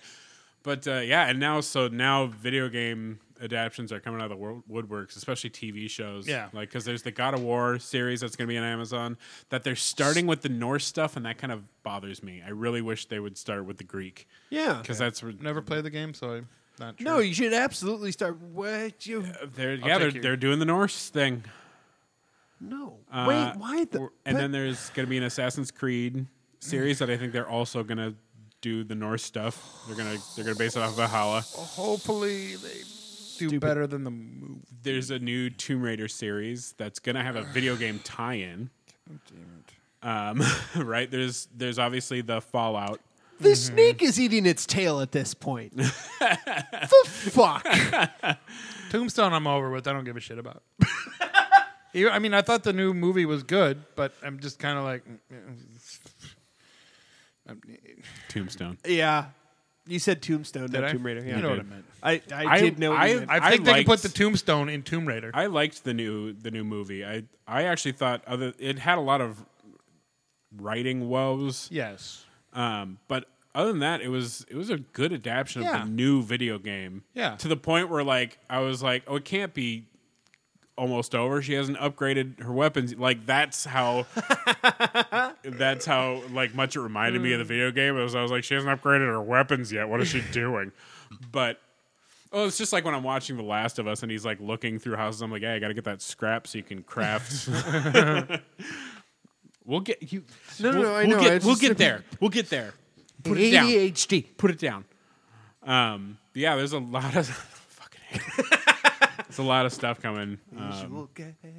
Speaker 1: but uh, yeah, and now so now video game adaptions are coming out of the world, woodworks, especially TV shows.
Speaker 6: Yeah.
Speaker 1: like because there's the God of War series that's going to be on Amazon that they're starting with the Norse stuff, and that kind of bothers me. I really wish they would start with the Greek
Speaker 5: Yeah.
Speaker 1: because that's where
Speaker 6: Never played the game, so I'm not sure.
Speaker 5: No, you should absolutely start. What you?
Speaker 1: they're yeah they're,
Speaker 6: take your-
Speaker 1: they're doing the Norse thing.
Speaker 5: No.
Speaker 1: Uh,
Speaker 5: Wait, why the?
Speaker 1: or- and then there's going to be an Assassin's Creed series that I think they're also going to do the Norse stuff. They're going to they're going to base it off of Valhalla.
Speaker 2: Hopefully they do better than the movie.
Speaker 1: There's a new Tomb Raider series that's going to have a video game tie-in.
Speaker 2: Oh,
Speaker 1: Um, right? There's there's obviously the Fallout.
Speaker 5: the snake is eating its tail at this point. the fuck.
Speaker 2: Tombstone, I'm over with. I don't give a shit about. You- I mean, I thought the new movie was good, but I'm just kind of like, mm, mm, I'm-
Speaker 1: Tombstone.
Speaker 5: Yeah. You said Tombstone,
Speaker 2: Did
Speaker 5: not
Speaker 2: I?
Speaker 5: Tomb Raider. Yeah.
Speaker 2: You know what I meant.
Speaker 5: I, I, did know. What you meant.
Speaker 2: I
Speaker 1: I
Speaker 2: think they can
Speaker 1: liked-
Speaker 2: put the tombstone in Tomb Raider.
Speaker 1: I liked the new the new movie. I I actually thought other it had a lot of writing woes.
Speaker 2: yes.
Speaker 1: Um, but other than that, it was it was a good adaptation
Speaker 2: Yeah.
Speaker 1: of the new video game.
Speaker 2: Yeah.
Speaker 1: To the point where like I was like, oh, it can't be almost over. She hasn't upgraded her weapons. Like that's how that's how like much it reminded me of the
Speaker 5: Mm.
Speaker 1: video game. It was I was like, she hasn't upgraded her weapons yet. What is she doing? But Oh, it's just like when I'm watching The Last of Us and he's like looking through houses. I'm like, hey, I gotta get that scrap so you can craft. we'll get you.
Speaker 5: No, no,
Speaker 1: we'll,
Speaker 5: no, I
Speaker 1: we'll
Speaker 5: know.
Speaker 1: Get,
Speaker 5: It's
Speaker 1: we'll
Speaker 5: just-
Speaker 1: get there. We'll get there. Put it down.
Speaker 5: ADHD.
Speaker 1: Put it down. Um, but yeah, there's a lot of fucking. hate it. It's a lot of stuff coming. Um,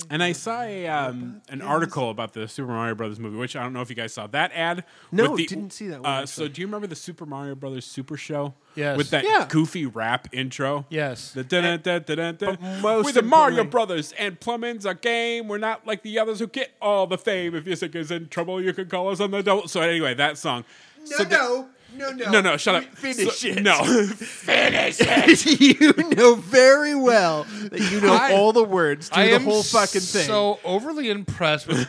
Speaker 1: and I saw a, um, an article about the Super Mario Brothers movie, which I don't know if you guys saw that ad.
Speaker 5: No,
Speaker 1: with the-
Speaker 5: didn't see that one,
Speaker 1: Uh, so do you remember the Super Mario Brothers Super Show?
Speaker 2: Yes.
Speaker 1: With that
Speaker 5: Yeah.
Speaker 1: goofy rap intro.
Speaker 2: Yes.
Speaker 1: The dun- dun- dun- dun- dun.
Speaker 5: most
Speaker 1: We're the Mario
Speaker 5: importantly-
Speaker 1: Brothers, and plumbing's our game. We're not like the others who get all the fame. If your sick is in trouble, you can call us on the double. So anyway, that song. So the-
Speaker 5: no,
Speaker 1: no, no, shut up.
Speaker 5: Finish
Speaker 1: So-
Speaker 5: it.
Speaker 1: No, finish it.
Speaker 5: you know very well that you know
Speaker 2: I-
Speaker 5: all the words to
Speaker 2: I
Speaker 5: the
Speaker 2: am
Speaker 5: whole fucking thing.
Speaker 2: so overly impressed with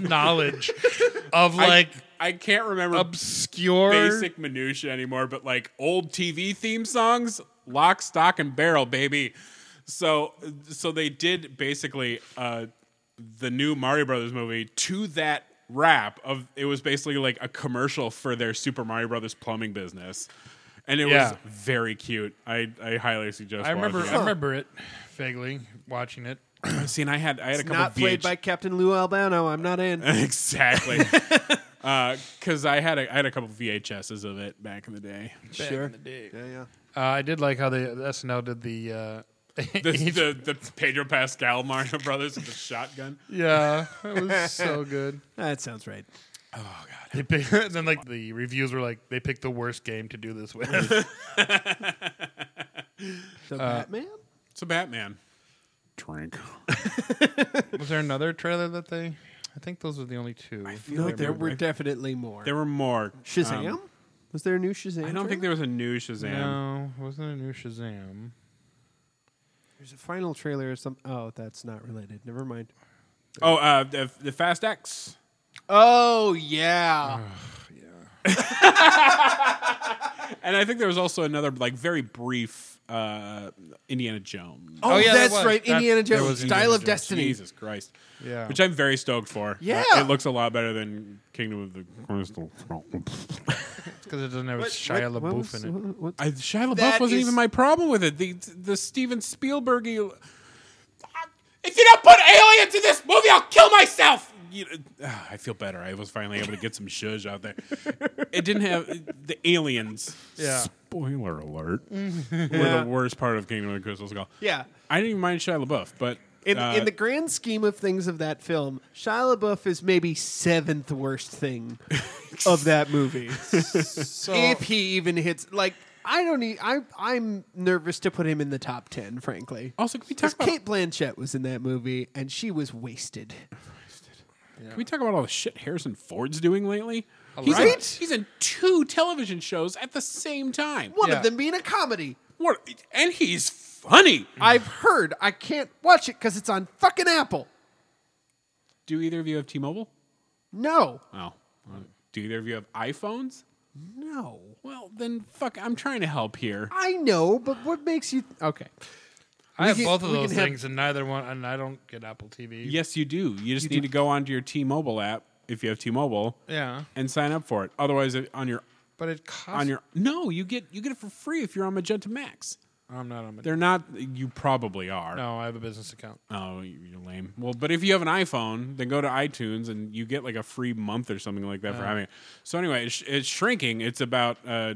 Speaker 2: knowledge of like
Speaker 1: I can't remember
Speaker 2: obscure.
Speaker 1: basic minutia anymore, but like old TV theme songs, lock, stock, and barrel, baby. So, so they did basically uh, the new Mario Brothers movie to that rap of it was basically like a commercial for their Super Mario Brothers plumbing business, and it
Speaker 2: Yeah.
Speaker 1: was very cute. I, I highly suggest.
Speaker 2: I remember.
Speaker 1: watching
Speaker 2: I remember it vaguely watching it.
Speaker 1: It. See, and I had I had a couple
Speaker 5: not played
Speaker 1: VH
Speaker 5: by Captain Lou Albano. I'm not in.
Speaker 1: exactly. Because I had a I had a couple VHSs of it back in the day.
Speaker 5: sure. Yeah, yeah.
Speaker 2: Uh, I did like how they the SNL did the. Uh,
Speaker 1: The, the, the Pedro Pascal Mario Brothers with the shotgun.
Speaker 2: yeah, it was so good.
Speaker 5: That sounds right.
Speaker 2: They pick, and then like the reviews were like they picked the worst game to do this with.
Speaker 5: The Batman?
Speaker 1: It's a Batman. Drink.
Speaker 2: was there another trailer that they? I think those were the only two.
Speaker 5: No, there were definitely more.
Speaker 1: There were more.
Speaker 5: Shazam?
Speaker 1: Um,
Speaker 5: was there a new Shazam?
Speaker 1: I don't think there was a new Shazam.
Speaker 2: No, it wasn't a new Shazam.
Speaker 5: There's a final trailer or something. Oh, that's not related. Never mind.
Speaker 1: Oh, uh, the, the Fast X.
Speaker 5: Oh yeah.
Speaker 1: And I think there was also another like very brief uh, Indiana Jones.
Speaker 5: Oh,
Speaker 2: Oh, yeah, there
Speaker 5: that's
Speaker 2: was.
Speaker 5: right.
Speaker 2: That-
Speaker 5: Indiana
Speaker 2: there
Speaker 5: Jones,
Speaker 2: was
Speaker 5: Style
Speaker 2: Indiana
Speaker 5: of
Speaker 2: Jones.
Speaker 5: Destiny.
Speaker 1: Jesus Christ.
Speaker 2: Yeah.
Speaker 1: Which I'm very stoked for. Uh,
Speaker 5: Yeah.
Speaker 1: It looks a lot better than Kingdom of the Crystal. Throne.
Speaker 2: It's because it doesn't have Shia
Speaker 5: What-
Speaker 2: LaBeouf
Speaker 5: what was-
Speaker 2: in it.
Speaker 5: what- what-
Speaker 1: I, Shia LaBeouf
Speaker 5: That
Speaker 1: wasn't
Speaker 5: is-
Speaker 1: even my problem with it. The the Steven Spielberg. If you don't put aliens in this movie, I'll kill myself. You- ah, I feel better. I was finally able to get some shush out there. It didn't have the aliens.
Speaker 2: Yeah.
Speaker 1: Spoiler alert. Were the worst part of Kingdom of the Crystal Skull.
Speaker 5: Yeah.
Speaker 1: I didn't even mind Shia LaBeouf, but
Speaker 5: In,
Speaker 1: uh,
Speaker 5: in the grand scheme of things of that film, Shia LaBeouf is maybe seventh worst thing of that movie. if he even hits, like, I don't. E- I I'm nervous to put him in the top ten, frankly.
Speaker 1: also, can we talk
Speaker 5: Because
Speaker 1: about
Speaker 5: Kate Blanchett was in that movie, and she was wasted.
Speaker 1: Can we talk about all the shit Harrison Ford's doing lately? He's In,
Speaker 5: Right?
Speaker 1: he's in two television shows at the same time.
Speaker 5: One
Speaker 2: Yeah.
Speaker 5: of them being a comedy.
Speaker 1: What? And he's funny.
Speaker 5: I've heard. I can't watch it because it's on fucking Apple.
Speaker 1: Do either of you have T-Mobile?
Speaker 5: No,
Speaker 1: Oh. Do either of you have iPhones?
Speaker 5: no.
Speaker 1: Well, then fuck. I'm trying to help here.
Speaker 5: I know, but what makes you okay?
Speaker 2: I have both of
Speaker 5: we
Speaker 2: those
Speaker 5: can have-
Speaker 2: things, and neither one, and I don't get Apple TV.
Speaker 1: Yes, you do. You just need to go onto your T-Mobile app if you have T-Mobile
Speaker 2: Yeah,
Speaker 1: and sign up for it. Otherwise, it- on your
Speaker 2: but it costs.
Speaker 1: on your no, you get you get it for free if you're on Magenta Max.
Speaker 2: I'm not on my.
Speaker 1: They're not. You probably are.
Speaker 2: No, I have a business account.
Speaker 1: Oh, you- you're lame. Well, but if you have an iPhone, then go to iTunes and you get like a free month or something like that for having it. So anyway, it's, it's shrinking. It's about uh,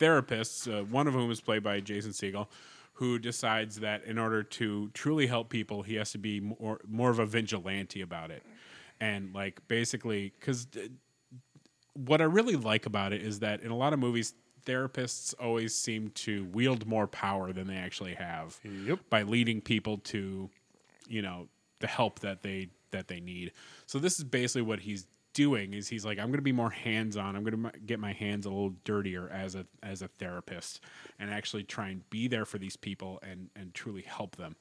Speaker 1: therapists, uh, one of whom is played by Jason Segel, who decides that in order to truly help people, he has to be more more of a vigilante about it, and like basically uh, because what I really like about it is that in a lot of movies, therapists always seem to wield more power than they actually have by leading people to, you know, the help that they that they need. So this is basically what he's doing is he's like I'm going to be more hands-on. I'm going to get my hands a little dirtier as a as a therapist and actually try and be there for these people and and truly help them.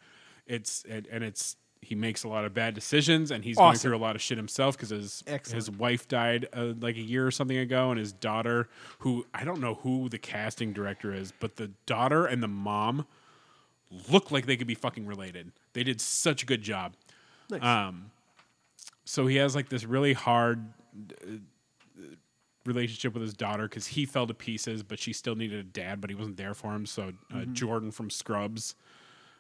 Speaker 1: It's and, and it's he makes a lot of bad decisions and he's going
Speaker 2: Awesome.
Speaker 1: through a lot of shit himself because his
Speaker 5: Excellent.
Speaker 1: his wife died uh, like a year or something ago, and his daughter, who I don't know who the casting director is, but the daughter and the mom look like they could be fucking related. They did such a good job. Um,
Speaker 5: Nice.
Speaker 1: So he has like this really hard uh, relationship with his daughter because he fell to pieces, but she still needed a dad, but he wasn't there for him. So uh,
Speaker 5: Mm-hmm.
Speaker 1: Jordan from Scrubs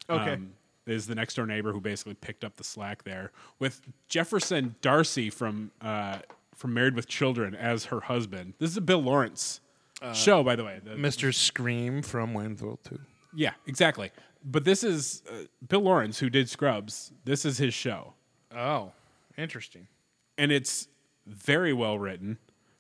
Speaker 5: okay.
Speaker 1: um, is the next door neighbor who basically picked up the slack there with Jefferson Darcy from uh, from Married with Children as her husband. This is a Bill Lawrence
Speaker 2: Uh,
Speaker 1: show, by the way. The-
Speaker 2: Mr. Scream from Wayne's World 2.
Speaker 1: yeah, exactly. But this is uh, Bill Lawrence who did Scrubs. This is his show,
Speaker 2: Oh, interesting.
Speaker 1: and it's very well written.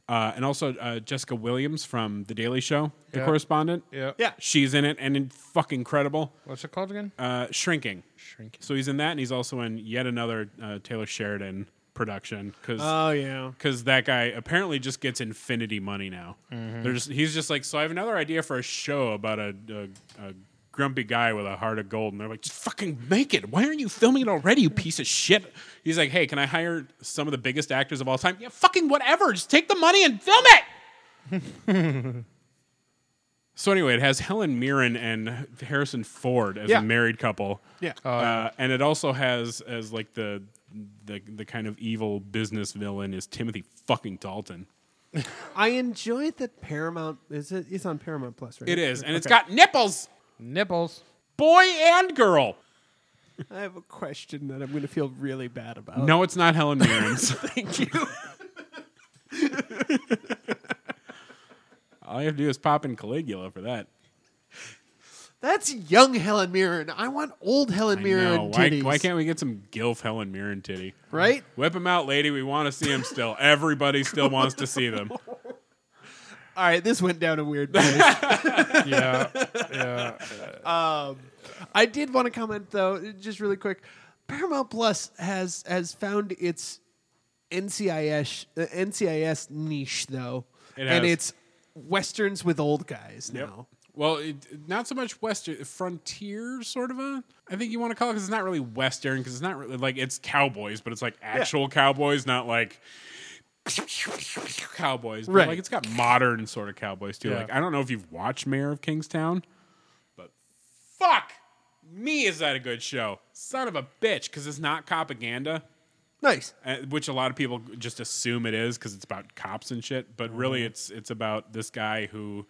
Speaker 1: Uh, and also uh, Jessica Williams from The Daily Show, the
Speaker 2: Yeah.
Speaker 1: correspondent.
Speaker 2: Yeah.
Speaker 5: Yeah.
Speaker 1: she's in it and in fucking incredible.
Speaker 2: What's it called again?
Speaker 1: Uh, shrinking.
Speaker 2: Shrinking.
Speaker 1: So he's in that, and he's also in yet another uh, Taylor Sheridan production because
Speaker 5: oh yeah.
Speaker 1: that guy apparently just gets infinity money now.
Speaker 5: Mm-hmm.
Speaker 1: They're just he's just like, so I have another idea for a show about a, a, a grumpy guy with a heart of gold, and they're like, just fucking make it. Why aren't you filming it already, you piece of shit? He's like, hey, can I hire some of the biggest actors of all time? Yeah, fucking whatever. Just take the money and film it. So anyway, it has Helen Mirren and Harrison Ford as
Speaker 5: Yeah.
Speaker 1: a married couple.
Speaker 5: Oh, Yeah.
Speaker 1: Uh, and it also has as like the the the kind of evil business villain is Timothy fucking Dalton.
Speaker 5: I enjoyed that Paramount is it? It's on Paramount Plus, right?
Speaker 1: It is, and it's
Speaker 5: Okay.
Speaker 1: got nipples,
Speaker 2: Nipples.
Speaker 1: boy and girl.
Speaker 5: I have a question that I'm going to feel really bad about.
Speaker 1: No, it's not Helen Mirren's.
Speaker 5: thank you.
Speaker 1: All you have to do is pop in Caligula for that.
Speaker 5: That's young Helen Mirren. I want old Helen
Speaker 1: I know.
Speaker 5: Mirren
Speaker 1: Why,
Speaker 5: titties.
Speaker 1: why can't we get some Gilf Helen Mirren titty?
Speaker 5: right?
Speaker 1: Whip them out, lady. We want to see them still. Everybody still wants to see them.
Speaker 5: All right, this went down a weird place.
Speaker 2: Yeah. yeah.
Speaker 5: I did want to comment though, just really quick. Paramount Plus has has found its NCIS uh, NCIS niche though,
Speaker 1: It
Speaker 5: and
Speaker 1: has.
Speaker 5: it's westerns with old guys now.
Speaker 1: Well, it, not so much western frontier sort of a. I think you want to call it because it's not really western because it's not really like it's cowboys, but it's like actual cowboys, not like cowboys. But
Speaker 5: Right.
Speaker 1: Like it's got modern sort of cowboys too.
Speaker 2: Yeah.
Speaker 1: Like I don't know if you've watched Mayor of Kingstown, but fuck me, is that a good show? Son of a bitch, because it's not propaganda
Speaker 5: Nice.
Speaker 1: uh, which a lot of people just assume it is because it's about cops and shit. But really, it's it's about this guy who,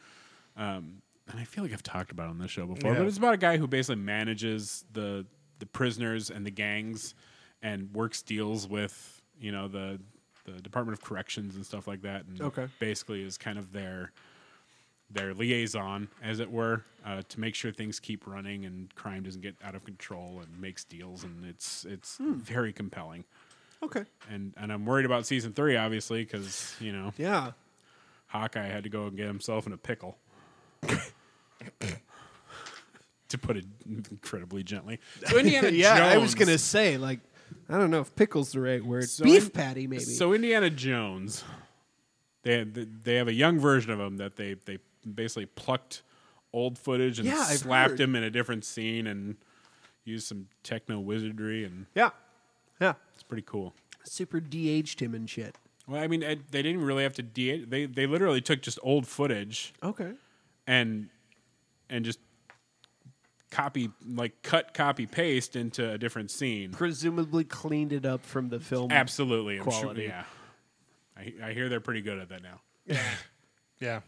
Speaker 1: um, and I feel like I've talked about it on this show before.
Speaker 2: Yeah.
Speaker 1: But it's about a guy who basically manages the the prisoners and the gangs, and works deals with you know the the Department of Corrections and stuff like that. And
Speaker 5: Okay.
Speaker 1: basically is kind of their their liaison, as it were, uh, to make sure things keep running and crime doesn't get out of control and makes deals. And it's it's very compelling
Speaker 5: Okay.
Speaker 1: and and I'm worried about season three, obviously, because you know
Speaker 5: Yeah.
Speaker 1: Hawkeye had to go and get himself in a pickle, to put it incredibly gently. So Indiana
Speaker 5: yeah, I was
Speaker 1: Jones-
Speaker 5: gonna say like, I don't know if pickles the right word.
Speaker 1: So
Speaker 5: Beef
Speaker 1: in-
Speaker 5: patty maybe.
Speaker 1: So Indiana Jones, they they have a young version of him that they they basically plucked old footage and
Speaker 5: Yeah, I've
Speaker 1: slapped
Speaker 5: heard.
Speaker 1: him in a different scene and used some techno wizardry, and
Speaker 5: yeah, yeah.
Speaker 1: it's pretty cool.
Speaker 5: Super de-aged him and shit.
Speaker 1: Well, I mean, I, they didn't really have to de- they they literally took just old footage
Speaker 5: Okay.
Speaker 1: and and just copy like cut copy paste into a different scene
Speaker 5: Presumably cleaned it up from the film.
Speaker 1: absolutely I'm sure,
Speaker 5: Quality.
Speaker 1: yeah I, I hear they're pretty good at that now
Speaker 2: Yeah.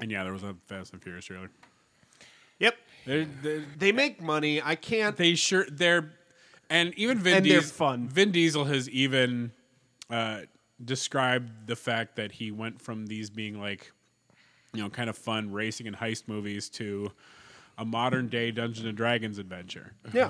Speaker 1: and yeah there was a fast and furious trailer
Speaker 5: Yep.
Speaker 1: They're, they're,
Speaker 5: They make money. I can't.
Speaker 1: they sure they're and even Vin
Speaker 5: And they're
Speaker 1: Diesel,
Speaker 5: fun.
Speaker 1: Vin Diesel has even uh, described the fact that he went from these being like you know kind of fun racing and heist movies to a modern day Dungeons and Dragons adventure
Speaker 5: yeah.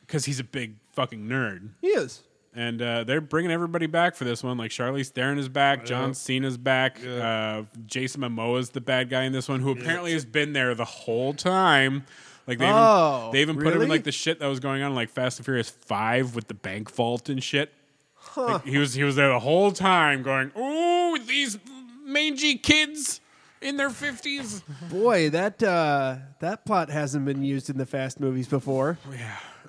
Speaker 1: because he's a big fucking nerd.
Speaker 5: He is.
Speaker 1: And uh, they're bringing everybody back for this one. Like Charlize Theron is back, John Cena's back, uh, Jason Momoa's the bad guy in this one, who apparently has been there the whole time. Like they even,
Speaker 5: Oh,
Speaker 1: they even put him in
Speaker 5: really?
Speaker 1: like the shit that was going on, in, like Fast and Furious Five with the bank vault and shit. Like, he was he was there the whole time, going, "Ooh, these mangy kids in their fifties.
Speaker 5: Boy, that uh, that plot hasn't been used in the Fast movies before.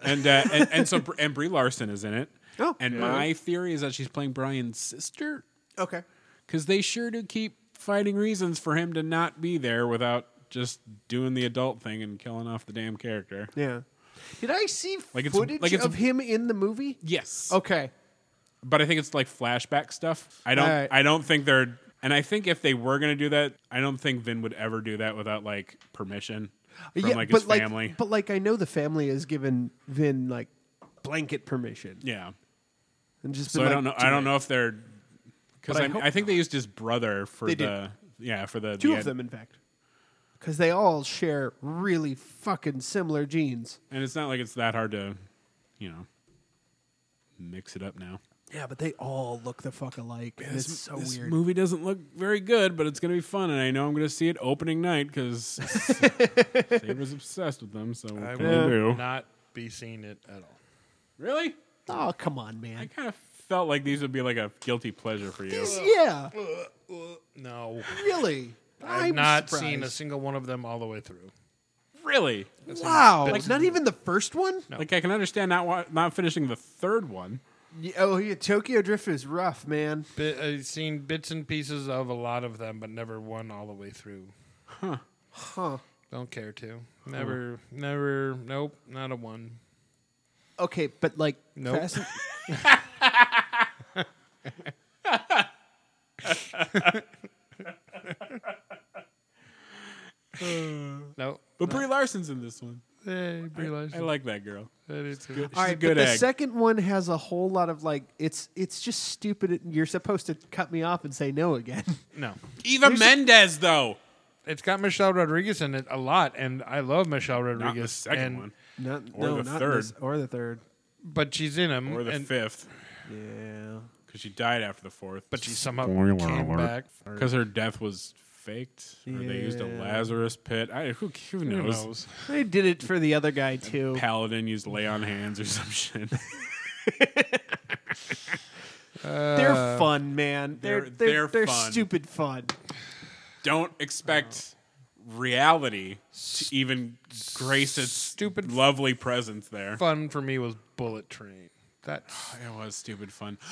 Speaker 1: and, uh, and and so Br- and Brie Larson is in it.
Speaker 5: Oh.
Speaker 1: and my theory is that she's playing Brian's sister.
Speaker 5: Okay.
Speaker 1: because they sure do keep finding reasons for him to not be there without just doing the adult thing and killing off the damn character.
Speaker 5: Yeah. Did I see
Speaker 1: Like it's-
Speaker 5: footage
Speaker 1: like it's a-
Speaker 5: of him in the movie?
Speaker 1: Yes.
Speaker 5: Okay.
Speaker 1: but I think it's like flashback stuff. I don't.
Speaker 5: All right.
Speaker 1: I don't think they're. And I think if they were going to do that, I don't think Vin would ever do that without like permission from like his family.
Speaker 5: Like, but like I know the family has given Vin like blanket permission
Speaker 1: yeah.
Speaker 5: and just
Speaker 1: So
Speaker 5: been
Speaker 1: I
Speaker 5: like,
Speaker 1: don't know. I don't know if they're because
Speaker 5: But I
Speaker 1: I,
Speaker 5: hope
Speaker 1: I, think they used his brother for
Speaker 5: They did.
Speaker 1: the yeah for the
Speaker 5: two
Speaker 1: the
Speaker 5: of
Speaker 1: ad-
Speaker 5: them in fact because they all share really fucking similar genes.
Speaker 1: and it's not like it's that hard to you know mix it up now.
Speaker 5: Yeah, but they all look the fuck alike. and it's so
Speaker 1: this
Speaker 5: weird.
Speaker 1: movie doesn't look very good, but it's going to be fun, and I know I'm going to see it opening night because Saber's obsessed with them. So what
Speaker 6: I
Speaker 1: can I do?
Speaker 6: will not be seeing it at all.
Speaker 1: Really?
Speaker 5: oh come on,
Speaker 1: I
Speaker 5: man.
Speaker 1: kind of felt like these would be like a guilty pleasure for you.
Speaker 5: Yeah,
Speaker 6: Uh, No,
Speaker 5: really.
Speaker 6: I've
Speaker 5: I'm
Speaker 6: not
Speaker 5: surprised.
Speaker 6: seen a single one of them all the way through.
Speaker 1: Really?
Speaker 5: Wow, like not even the first one.
Speaker 1: Like I can understand not wa- not finishing the third one.
Speaker 5: Yeah, Oh, yeah, Tokyo Drift is rough, man.
Speaker 6: Bi- I've seen bits and pieces of a lot of them, but never one all the way through.
Speaker 5: Huh.
Speaker 6: Don't care to. Never, never. Nope, not a one.
Speaker 5: Okay, but like
Speaker 6: Nope.
Speaker 5: Fast and-
Speaker 6: Nope.
Speaker 1: But Brie Larson's in this one.
Speaker 6: Hey, Brie Larson.
Speaker 1: I like that girl.
Speaker 6: that is good.
Speaker 1: She's
Speaker 5: All
Speaker 1: a
Speaker 5: right,
Speaker 1: good
Speaker 5: but
Speaker 1: egg.
Speaker 5: the second one has a whole lot of like it's it's just stupid. and You're supposed to cut me off and say no again.
Speaker 6: No,
Speaker 1: Eva Mendes though.
Speaker 6: it's got Michelle Rodriguez in it a lot, and I love Michelle Rodriguez.
Speaker 1: Not the second
Speaker 6: and-
Speaker 1: one
Speaker 5: Not
Speaker 1: Or
Speaker 5: no,
Speaker 1: the
Speaker 5: not
Speaker 1: third.
Speaker 5: this- or the third.
Speaker 6: but she's in them.
Speaker 1: or the
Speaker 6: and,
Speaker 1: fifth
Speaker 5: Yeah.
Speaker 1: because she died after the fourth.
Speaker 6: But she somehow
Speaker 1: Spoiler
Speaker 6: came
Speaker 1: alert.
Speaker 6: back.
Speaker 1: because her death was faked, or they used a
Speaker 5: Yeah.
Speaker 1: Lazarus pit. I, who, who
Speaker 6: Who
Speaker 1: knows?
Speaker 6: knows?
Speaker 5: They did it for the other guy too.
Speaker 1: paladin used lay on hands or some shit.
Speaker 5: they're fun, man. Uh, They're
Speaker 1: they're-
Speaker 5: they're they're,
Speaker 1: they're fun.
Speaker 5: stupid fun.
Speaker 1: Don't expect reality to even grace its
Speaker 6: Stupid
Speaker 1: lovely presence there.
Speaker 6: Fun for me was Bullet Train. That's
Speaker 1: It was stupid fun.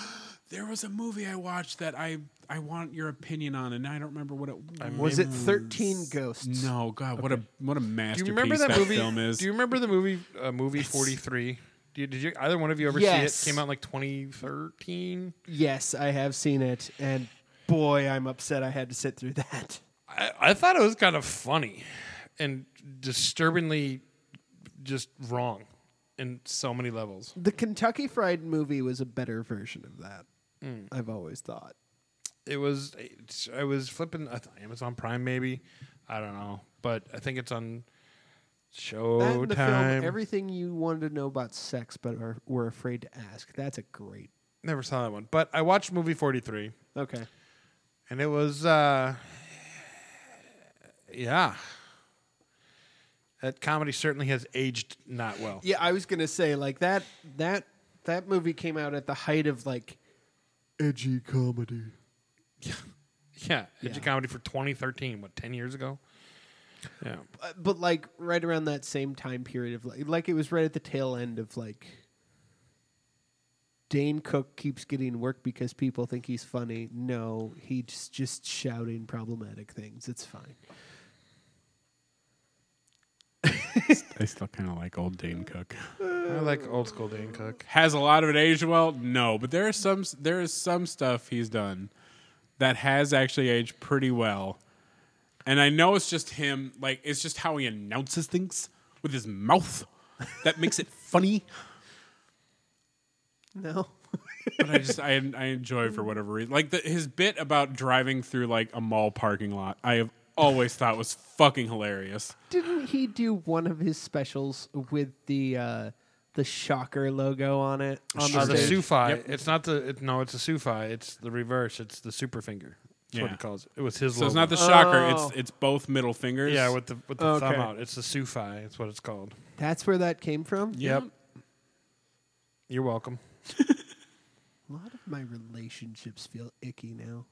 Speaker 1: There was a movie I watched that I I want your opinion on, and I don't remember what it
Speaker 5: Was it thirteen ghosts?
Speaker 1: No, God, what a what a
Speaker 6: Do
Speaker 1: masterpiece
Speaker 6: you remember that,
Speaker 1: that,
Speaker 6: movie?
Speaker 1: film is.
Speaker 6: Do you remember the movie uh, movie Forty Three? Did, did you either one of you ever
Speaker 5: Yes.
Speaker 6: see it? Came out in, like twenty thirteen.
Speaker 5: Yes, I have seen it, and boy, I'm upset I had to sit through that.
Speaker 6: I, I thought it was kind of funny and disturbingly just wrong in so many levels.
Speaker 5: The Kentucky Fried movie was a better version of that.
Speaker 1: Mm.
Speaker 5: I've always thought.
Speaker 6: It was it's- I was flipping I th- Amazon Prime maybe I don't know, but I think it's on
Speaker 5: That
Speaker 1: Oh,
Speaker 5: and the film,
Speaker 6: Showtime.
Speaker 5: everything you wanted to know about sex, but are, were afraid to ask. That's a great.
Speaker 6: Never saw that one, but I watched movie Forty Three.
Speaker 5: Okay.
Speaker 6: and it was uh yeah that comedy certainly has aged not well
Speaker 5: Yeah, I was gonna say like that. That that movie came out at the height of like edgy comedy.
Speaker 6: yeah edgy
Speaker 5: Yeah.
Speaker 6: comedy for 2013 what 10 years ago yeah
Speaker 5: Uh, but like right around that same time period of like, like it was right at the tail end of like Dane Cook keeps getting work because people think he's funny. No, he's just shouting problematic things. It's fine.
Speaker 1: I still kind of like old Dane Cook.
Speaker 6: i like old school dane cook
Speaker 1: Has a lot of it aged well? No, but there is some there is some stuff he's done that has actually aged pretty well. And I know it's just him, like, it's just how he announces things with his mouth that makes it funny.
Speaker 5: No.
Speaker 1: But I just, I, I enjoy for whatever reason. Like, the, his bit about driving through, like, a mall parking lot, I have always thought was fucking hilarious.
Speaker 5: Didn't he do one of his specials with the uh, the shocker logo on it? On
Speaker 7: Sure
Speaker 5: the
Speaker 7: Uh, the
Speaker 6: Uh, the
Speaker 7: did.
Speaker 5: stage?
Speaker 6: Sufi. It's not the it, no. It's the Sufi. It's the reverse. It's the super finger. That's what
Speaker 1: Yeah.
Speaker 6: he calls it. It was his.
Speaker 1: So it's
Speaker 6: logo.
Speaker 1: not the shocker,
Speaker 5: Oh.
Speaker 1: it's it's both middle fingers.
Speaker 6: yeah with the with the
Speaker 5: Okay.
Speaker 6: thumb out. It's the Sufi. It's what it's called.
Speaker 5: That's where that came from.
Speaker 1: Yep.
Speaker 6: You're welcome.
Speaker 5: A lot of my relationships feel icky now.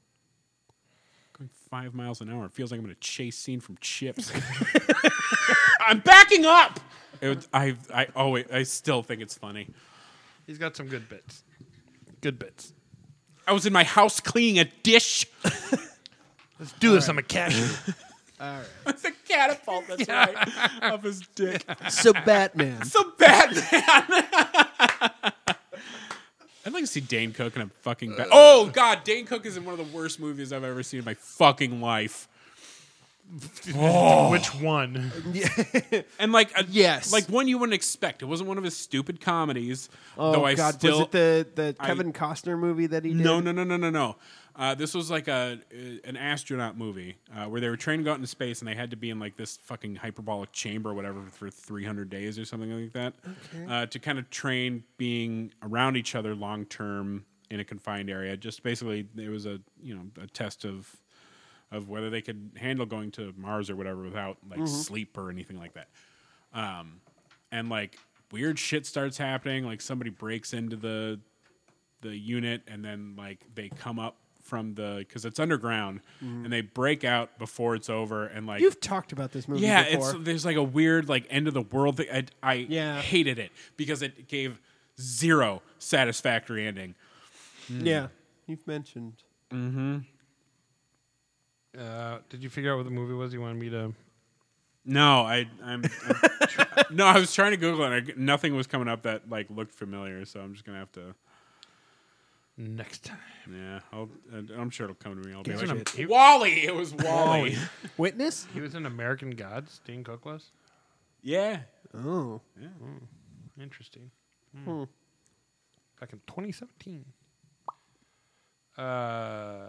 Speaker 1: Going five miles an hour. It feels like I'm in a chase scene from Chips. I'm backing up. It was- I I always I still think it's funny.
Speaker 6: He's got some good bits. Good bits.
Speaker 1: I was in my house cleaning a dish.
Speaker 6: Let's do this. I'm a cashier.
Speaker 1: It's a catapult. That's right. Up his dick.
Speaker 5: So Batman.
Speaker 1: So bad, man. I'd like to see Dane Cook in a fucking. Ba- oh God, Dane Cook is in one of the worst movies I've ever seen in my fucking life.
Speaker 6: Which one?
Speaker 1: And like, a,
Speaker 5: Yes.
Speaker 1: like one you wouldn't expect. It wasn't one of his stupid comedies.
Speaker 5: oh
Speaker 1: though I
Speaker 5: God,
Speaker 1: still
Speaker 5: was it the the
Speaker 1: I-
Speaker 5: Kevin Costner movie that he did?
Speaker 1: No, no, no, no, no, no. Uh, this was like a uh, an astronaut movie uh, where they were trained to go out into space and they had to be in like this fucking hyperbolic chamber or whatever for 300 days or something like that uh, to kind of train being around each other long term in a confined area. Just basically, it was a you know a test of of whether they could handle going to Mars or whatever without like
Speaker 5: Mm-hmm.
Speaker 1: sleep or anything like that Um, and like weird shit starts happening like somebody breaks into the the unit and then like they come up from the because it's underground and they break out before it's over and like
Speaker 5: You've talked about this movie
Speaker 1: yeah
Speaker 5: before.
Speaker 1: it's there's like a weird like end of the world thing i, I
Speaker 5: Yeah.
Speaker 1: hated it because it gave zero satisfactory ending
Speaker 5: Yeah, Mm. you've mentioned.
Speaker 6: Uh, did you figure out what the movie was? You wanted me to.
Speaker 1: no i i'm, I'm tr- no i was trying to google it and I, nothing was coming up that like looked familiar so i'm just gonna have to
Speaker 6: Next time.
Speaker 1: yeah i'll i'm sure it'll come to me i'll be
Speaker 6: He's in
Speaker 1: like
Speaker 6: a- he-
Speaker 1: wally it was wally
Speaker 5: Witness?
Speaker 6: He was in American Gods. Dean Cook was.
Speaker 1: Yeah.
Speaker 5: Oh,
Speaker 6: Interesting.
Speaker 5: Hmm.
Speaker 6: Hmm. Back in 2017. Uh,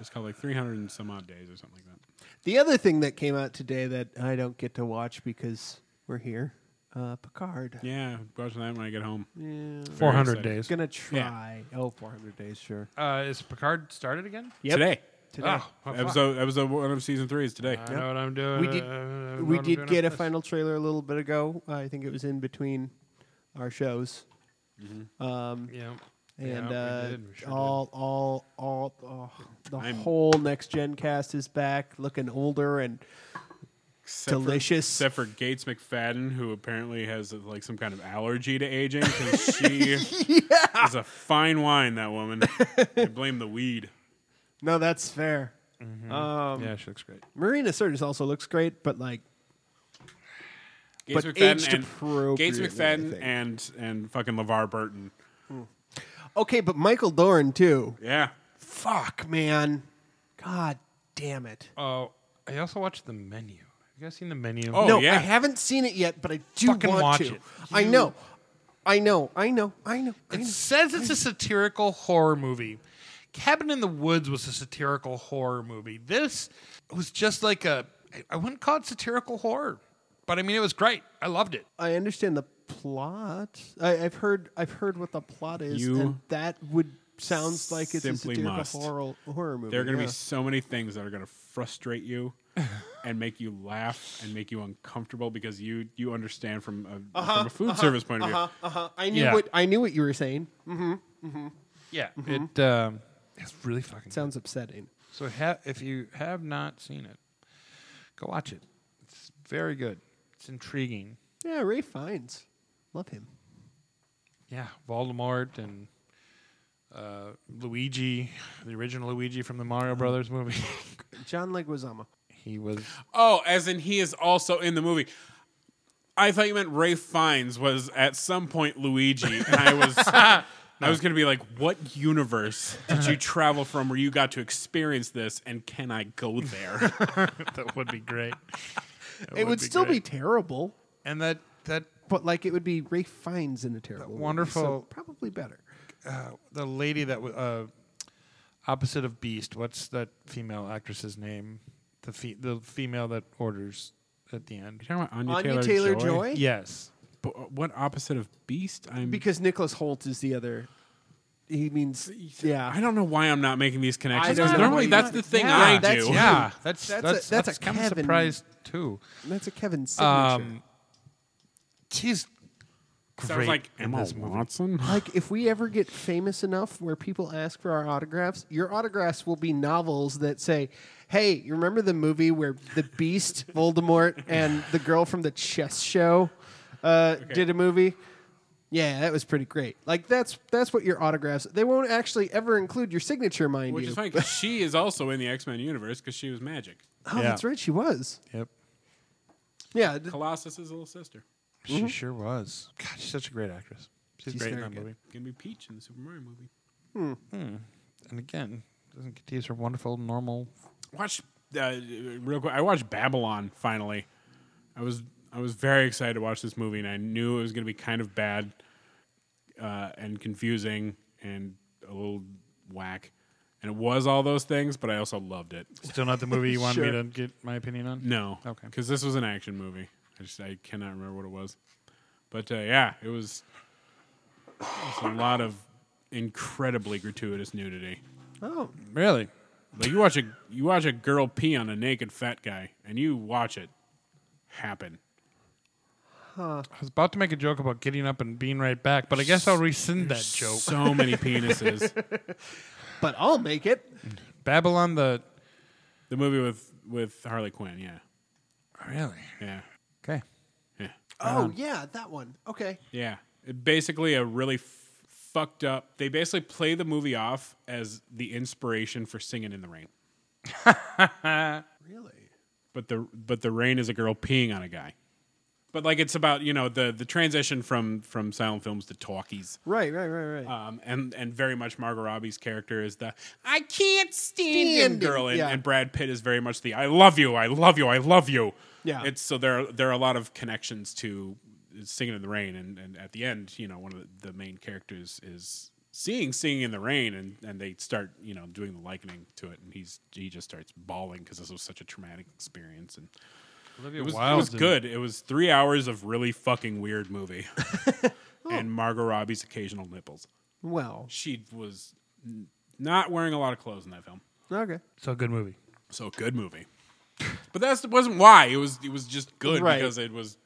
Speaker 1: It's called like 300 and some odd days or something like that.
Speaker 5: the other thing that came out today that I don't get to watch because we're here, uh, Picard.
Speaker 1: Yeah, watch that when I get home.
Speaker 5: Yeah.
Speaker 1: Very
Speaker 6: 400
Speaker 1: exciting.
Speaker 6: days.
Speaker 5: Gonna try. Oh, 400 days, sure.
Speaker 6: Uh, is Picard started again?
Speaker 5: Yep.
Speaker 1: Today.
Speaker 5: Today.
Speaker 6: Oh, well, fuck.
Speaker 1: Episode, episode one of season three is today.
Speaker 6: I know what I'm doing.
Speaker 5: We did-
Speaker 6: I know what
Speaker 5: we
Speaker 6: I'm
Speaker 5: did
Speaker 6: doing
Speaker 5: get
Speaker 6: after
Speaker 5: a
Speaker 6: this.
Speaker 5: final trailer a little bit ago. I think it was in between our shows. Um,
Speaker 6: Yeah.
Speaker 5: and
Speaker 6: Yeah,
Speaker 5: uh,
Speaker 6: we did. We sure
Speaker 5: all, all, all, oh, the
Speaker 1: I'm-
Speaker 5: whole next gen cast is back, looking older and
Speaker 1: Except for-
Speaker 5: delicious.
Speaker 1: except for Gates McFadden, who apparently has like some kind of allergy to aging because she is a fine wine, that woman. I blame the weed.
Speaker 5: no, that's fair. Um,
Speaker 6: did. Yeah, she looks great.
Speaker 5: Marina Sirtis also looks great, but like,
Speaker 1: Gates
Speaker 5: But aged
Speaker 1: and Gates
Speaker 5: appropriately, I
Speaker 1: McFadden
Speaker 5: think.
Speaker 1: and and fucking LeVar Burton.
Speaker 5: okay, but Michael Dorn too.
Speaker 1: Yeah.
Speaker 5: Fuck, man. God damn it.
Speaker 6: Oh, I also watched The Menu. Have you guys seen The Menu?
Speaker 1: Oh,
Speaker 5: no,
Speaker 1: yeah.
Speaker 5: I haven't seen it yet, but I do
Speaker 6: Fucking
Speaker 5: want
Speaker 6: watch
Speaker 5: to.
Speaker 6: it.
Speaker 5: I know. I know. I know. I know. I
Speaker 6: It
Speaker 5: know.
Speaker 6: says it's a satirical horror movie. Cabin in the Woods was a satirical horror movie. This was just like a, I- I wouldn't call it satirical horror, but I mean, it was great. I loved it.
Speaker 5: I understand the plot. I, I've heard. I've heard what the plot is,
Speaker 1: You
Speaker 5: and that would sounds like it's a
Speaker 1: simply
Speaker 5: satirical
Speaker 1: must.
Speaker 5: horror, horror movie.
Speaker 1: There are going to
Speaker 5: yeah.
Speaker 1: be so many things that are going to frustrate you and make you laugh and make you uncomfortable because you you understand from a,
Speaker 6: Uh-huh.
Speaker 1: from a food service point of view.
Speaker 5: Uh-huh. I knew
Speaker 6: Yeah.
Speaker 5: what I knew what you were saying.
Speaker 6: Yeah. It, um, it's really fucking good.
Speaker 5: Sounds upsetting.
Speaker 6: So ha- if you have not seen it, go watch it. It's very good. It's intriguing.
Speaker 5: Yeah, Ray Fiennes, love him.
Speaker 6: Yeah, Voldemort and uh, Luigi, the original Luigi from the Mario Brothers movie.
Speaker 5: John Leguizamo.
Speaker 6: Mm-hmm. he was
Speaker 1: Oh, as in he is also in the movie. I thought you meant Ray Fiennes was at some point Luigi, and I was I was gonna be like, what universe did you travel from where you got to experience this, and can I go there?
Speaker 6: that would be great. That
Speaker 5: it would still
Speaker 6: great.
Speaker 5: be terrible,
Speaker 6: And that that
Speaker 5: but like it would be Ray Fiennes in a terrible. movie, so
Speaker 6: wonderful-
Speaker 5: probably better.
Speaker 6: uh, the lady that was uh, opposite of Beast. What's that female actress's name? The fe- the female that orders at the end.
Speaker 1: You're talking about
Speaker 5: Anya Taylor Joy,
Speaker 6: Yes.
Speaker 1: B- uh, What opposite of beast? I'm
Speaker 5: because Nicholas Holt is the other. He means yeah.
Speaker 1: I don't know why I'm not making these connections.
Speaker 5: don't
Speaker 1: 'cause
Speaker 5: know
Speaker 1: Normally,
Speaker 5: why
Speaker 1: that's
Speaker 5: you're
Speaker 1: the
Speaker 5: not.
Speaker 1: thing
Speaker 5: Yeah,
Speaker 1: I
Speaker 5: that's-
Speaker 1: do.
Speaker 6: Yeah, that's
Speaker 5: That's a-
Speaker 6: Oh. that's that's,
Speaker 5: that's a
Speaker 6: kind of
Speaker 5: Kevin-
Speaker 6: surprised too.
Speaker 5: That's a Kevin signature.
Speaker 6: Um, she's
Speaker 1: Sounds
Speaker 6: great
Speaker 1: like
Speaker 6: in
Speaker 1: Emma
Speaker 6: this movie.
Speaker 1: Watson.
Speaker 5: like if we ever get famous enough where people ask for our autographs, your autographs will be novels that say, "Hey, you remember the movie where the Beast, Voldemort, and the girl from the chess show uh, did a movie?" Yeah, that was pretty great. Like that's that's what your autographs. They won't actually ever include your signature, mind
Speaker 1: Which
Speaker 5: you.
Speaker 1: is funny 'cause she is also in the X Men universe because she was magic.
Speaker 5: Oh, that's right, she was.
Speaker 6: Yep.
Speaker 5: Yeah, d-
Speaker 1: Colossus' little sister.
Speaker 6: She sure was. God, she's such a great actress. She's, great in
Speaker 5: very
Speaker 6: that
Speaker 5: good.
Speaker 6: movie.
Speaker 1: Gonna be Peach in the Super Mario movie.
Speaker 6: And again, doesn't confuse her wonderful normal.
Speaker 1: Watch uh, real quick. I watched Babylon finally. I was I was very excited to watch this movie, and I knew it was gonna be kind of bad, uh, and confusing, and a little whack. And it was all those things, but I also loved it.
Speaker 6: Still not the movie you wanted
Speaker 5: Sure.
Speaker 6: me to get my opinion on.
Speaker 1: No.
Speaker 6: Okay.
Speaker 1: Because this was an action movie. I just I cannot remember what it was, but uh, yeah, it was, it was a lot of incredibly gratuitous nudity.
Speaker 5: oh,
Speaker 6: Really?
Speaker 1: Like you watch a you watch a girl pee on a naked fat guy, and you watch it happen.
Speaker 6: I was about to make a joke about getting up and being right back, but I guess I'll rescind that joke.
Speaker 1: So many penises.
Speaker 5: but I'll make it.
Speaker 6: Babylon the.
Speaker 1: the movie with with Harley Quinn. Yeah,
Speaker 6: Really?
Speaker 1: yeah,
Speaker 6: Okay.
Speaker 1: yeah,
Speaker 5: Oh
Speaker 1: Um,
Speaker 5: yeah, that one. Okay,
Speaker 1: yeah. It basically, a really f- fucked up. They basically play the movie off as the inspiration for Singing in the Rain.
Speaker 5: really.
Speaker 1: but the but the rain is a girl peeing on a guy. But like it's about you know the the transition from from silent films to talkies,
Speaker 5: Right, right, right, right.
Speaker 1: um, and and very much Margot Robbie's character is the I can't stand him
Speaker 5: Stand him,
Speaker 1: girl, and,
Speaker 5: yeah.
Speaker 1: and Brad Pitt is very much the I love you, I love you, I love you.
Speaker 5: Yeah.
Speaker 1: it's so there are, there are a lot of connections to Singing in the Rain, and, and at the end, you know, one of the, the main characters is seeing Singing in the Rain, and and they start you know doing the likening to it, and he's he just starts bawling because this was such a traumatic experience, and. It was, it was good. It was three hours of really fucking weird movie, and Margot Robbie's occasional nipples.
Speaker 5: well,
Speaker 1: She was n- not wearing a lot of clothes in that film,
Speaker 5: okay.
Speaker 6: So good movie.
Speaker 1: so good movie. But that wasn't why. It was it was just good
Speaker 5: Right.
Speaker 1: because it was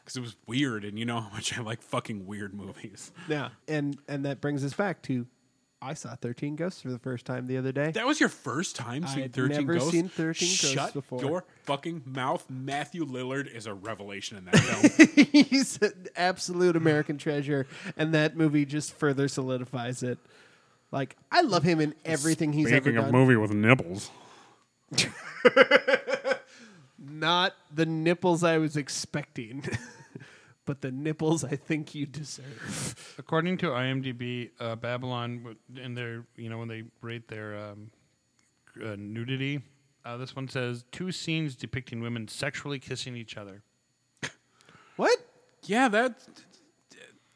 Speaker 1: because it was weird, and you know how much I like fucking weird movies.
Speaker 5: Yeah, and and that brings us back to I saw Thirteen Ghosts for the first time the other day.
Speaker 1: That was your first time seeing
Speaker 5: I'd
Speaker 1: 13
Speaker 5: never
Speaker 1: Ghosts?
Speaker 5: seen 13 Ghosts
Speaker 1: Shut
Speaker 5: before.
Speaker 1: your fucking mouth. Matthew Lillard is a revelation in that film.
Speaker 5: He's an absolute American treasure, and that movie just further solidifies it. Like I love him in everything he's ever done.
Speaker 1: movie with nipples.
Speaker 5: Not the nipples I was expecting, but the nipples I think you deserve.
Speaker 6: According to IMDb, uh, Babylon w- in their you know when they rate their um, uh, nudity, uh, this one says two scenes depicting women sexually kissing each other.
Speaker 5: What?
Speaker 1: Yeah, that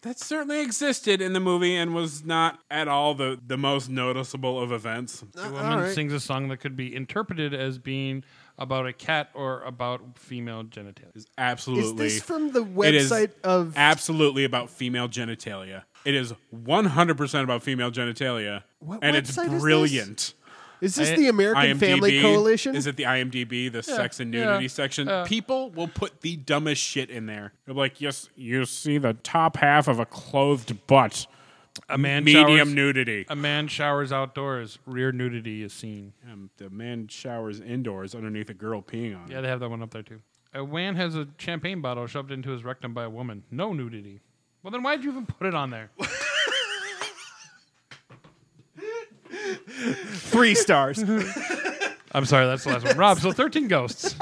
Speaker 1: that certainly existed in the movie and was not at all the the most noticeable of events.
Speaker 6: The
Speaker 5: all
Speaker 6: woman
Speaker 5: right.
Speaker 6: sings a song that could be interpreted as being about a cat or about female genitalia.
Speaker 1: It's absolutely
Speaker 5: Is this from the
Speaker 1: it is
Speaker 5: website of?
Speaker 1: absolutely about female genitalia. It is 100% about female genitalia
Speaker 5: What
Speaker 1: and it's
Speaker 5: website is this?
Speaker 1: brilliant.
Speaker 5: is this the American
Speaker 1: IMDb,
Speaker 5: Family Coalition?
Speaker 1: Is it the IMDb, the sex and nudity
Speaker 6: yeah,
Speaker 1: section? People will put the dumbest shit in there. They're like, yes, you see the top half of a clothed butt,
Speaker 6: A man
Speaker 1: medium
Speaker 6: showers,
Speaker 1: nudity.
Speaker 6: A man showers outdoors. Rear nudity is seen.
Speaker 1: Um, the man showers indoors underneath a girl peeing on
Speaker 6: Yeah,
Speaker 1: him.
Speaker 6: they have that one up there too. A man has a champagne bottle shoved into his rectum by a woman. No nudity. Well, then why'd you even put it on there?
Speaker 5: Three stars.
Speaker 6: I'm sorry, that's the last one. Rob, so 13 ghosts.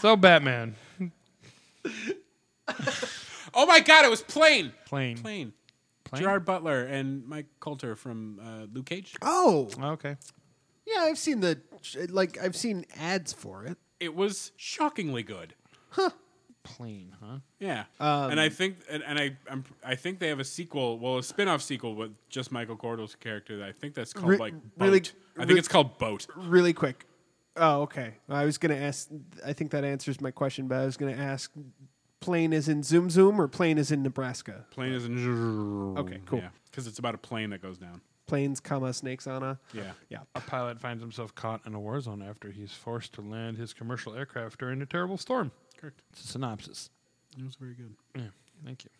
Speaker 6: so Batman.
Speaker 1: Oh my god, it was plain.
Speaker 6: Plane.
Speaker 1: Plain.
Speaker 2: playing?
Speaker 1: Gerard Butler and Mike Coulter from uh, Luke Cage.
Speaker 5: Oh,
Speaker 2: Okay.
Speaker 5: yeah, I've seen the like I've seen ads for it.
Speaker 1: It was shockingly good.
Speaker 2: Plain, huh?
Speaker 1: Yeah,
Speaker 5: Um,
Speaker 1: and I think and, and I I'm, I think they have a sequel, well, a spin-off sequel with just Michael Cordel's character. That I think that's called
Speaker 5: Re-
Speaker 1: like Boat.
Speaker 5: really-
Speaker 1: I think
Speaker 5: re-
Speaker 1: it's called Boat.
Speaker 5: Really quick. Oh, okay. I was going to ask. I think that answers my question, but I was going to ask: plane is in Zoom Zoom or plane is in Nebraska?
Speaker 1: Plane is in
Speaker 5: Okay, cool.
Speaker 1: because it's about a plane that goes down.
Speaker 5: Planes, comma snakes on a.
Speaker 1: Yeah,
Speaker 5: Yeah.
Speaker 6: A pilot finds himself caught in a war zone after he's forced to land his commercial aircraft during a terrible storm. Correct. It's a synopsis.
Speaker 1: it was very good.
Speaker 6: Yeah, thank you.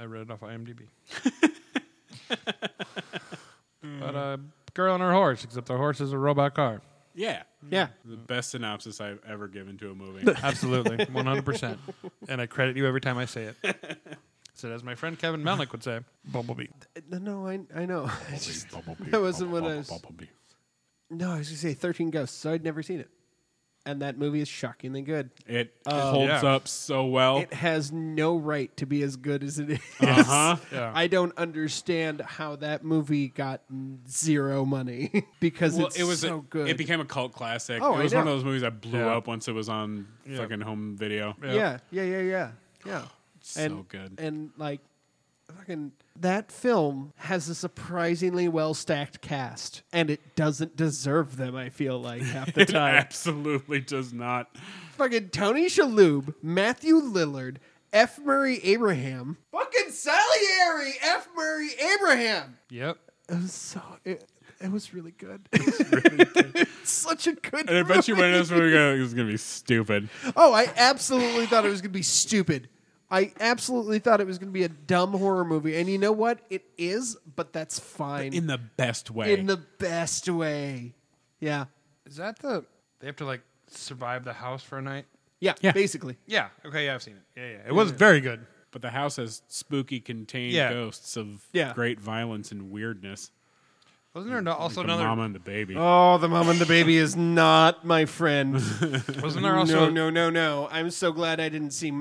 Speaker 6: I read it off IMDb. but a girl and her horse, except the horse is a robot car.
Speaker 1: Yeah,
Speaker 5: Yeah.
Speaker 1: the best synopsis I've ever given to a movie.
Speaker 6: Absolutely, 100%. And I credit you every time I say it. So, as my friend Kevin Melnick would say, Bumblebee.
Speaker 5: No, no, I I know. I just- that wasn't what I was. No, I was going to say Thirteen Ghosts. So I'd never seen it, and that movie is shockingly good.
Speaker 1: It holds
Speaker 6: Yeah.
Speaker 1: up so well.
Speaker 5: It has no right to be as good as it is.
Speaker 1: Uh-huh.
Speaker 6: Yeah.
Speaker 5: I don't understand how that movie got zero money because
Speaker 1: well,
Speaker 5: it's
Speaker 1: it was
Speaker 5: so
Speaker 1: a,
Speaker 5: good.
Speaker 1: It became a cult classic.
Speaker 5: Oh,
Speaker 1: it
Speaker 5: I
Speaker 1: was one
Speaker 5: know.
Speaker 1: of those movies that blew
Speaker 6: Yeah.
Speaker 1: up once it was on fucking home video.
Speaker 5: Yeah, yeah, yeah, yeah, yeah.
Speaker 1: So good.
Speaker 5: And like, fucking that film has a surprisingly well stacked cast, and it doesn't deserve them. I feel like half the
Speaker 1: It
Speaker 5: time.
Speaker 1: absolutely does not.
Speaker 5: fucking Tony Shalhoub, Matthew Lillard, F. Murray Abraham, fucking Salieri, F. Murray Abraham.
Speaker 6: Yep.
Speaker 5: It was so. It, it was really good. It's such a good.
Speaker 1: And I bet you
Speaker 5: movie.
Speaker 1: when this movie go, it's gonna be stupid.
Speaker 5: Oh, I absolutely thought it was going to be stupid. I absolutely thought it was going to be a dumb horror movie. And you know what? It is, but that's fine.
Speaker 1: In the best way.
Speaker 5: In the best way. Yeah.
Speaker 6: Is that the. They have to, like, survive the house for a night?
Speaker 5: Yeah,
Speaker 1: Yeah.
Speaker 5: basically.
Speaker 6: Yeah. Okay. Yeah, I've seen it. Yeah, yeah. It was very good.
Speaker 1: but the house has spooky contained
Speaker 6: Yeah.
Speaker 1: ghosts of
Speaker 5: Yeah.
Speaker 1: great violence and weirdness.
Speaker 6: Wasn't there no- also
Speaker 1: the
Speaker 6: another?
Speaker 1: mama and the baby.
Speaker 5: Oh, the mom and the baby is not my friend.
Speaker 6: Wasn't there
Speaker 5: no,
Speaker 6: also?
Speaker 5: no, no, no. I'm so glad I didn't see.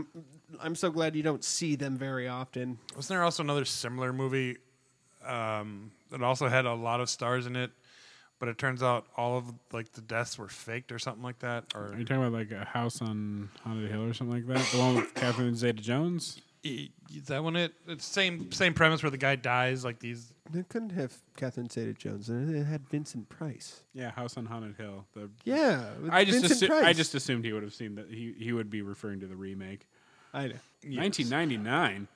Speaker 5: I'm so glad you don't see them very often.
Speaker 6: Wasn't there also another similar movie um, that also had a lot of stars in it? But it turns out all of like the deaths were faked or something like that.
Speaker 1: Are
Speaker 6: Or
Speaker 1: you talking about like a house on Haunted Hill or something like that? The one with Catherine Zeta Jones?
Speaker 6: e, is that one? It it's same same premise where the guy dies. Like these.
Speaker 5: They couldn't have Catherine Zeta-Jones, and it had Vincent Price.
Speaker 1: Yeah, House on Haunted Hill. The
Speaker 5: Yeah, with
Speaker 1: I just
Speaker 5: Vincent
Speaker 1: assu-
Speaker 5: Price.
Speaker 1: I just assumed he would have seen that he he would be referring to the remake.
Speaker 5: I know.
Speaker 1: 1999.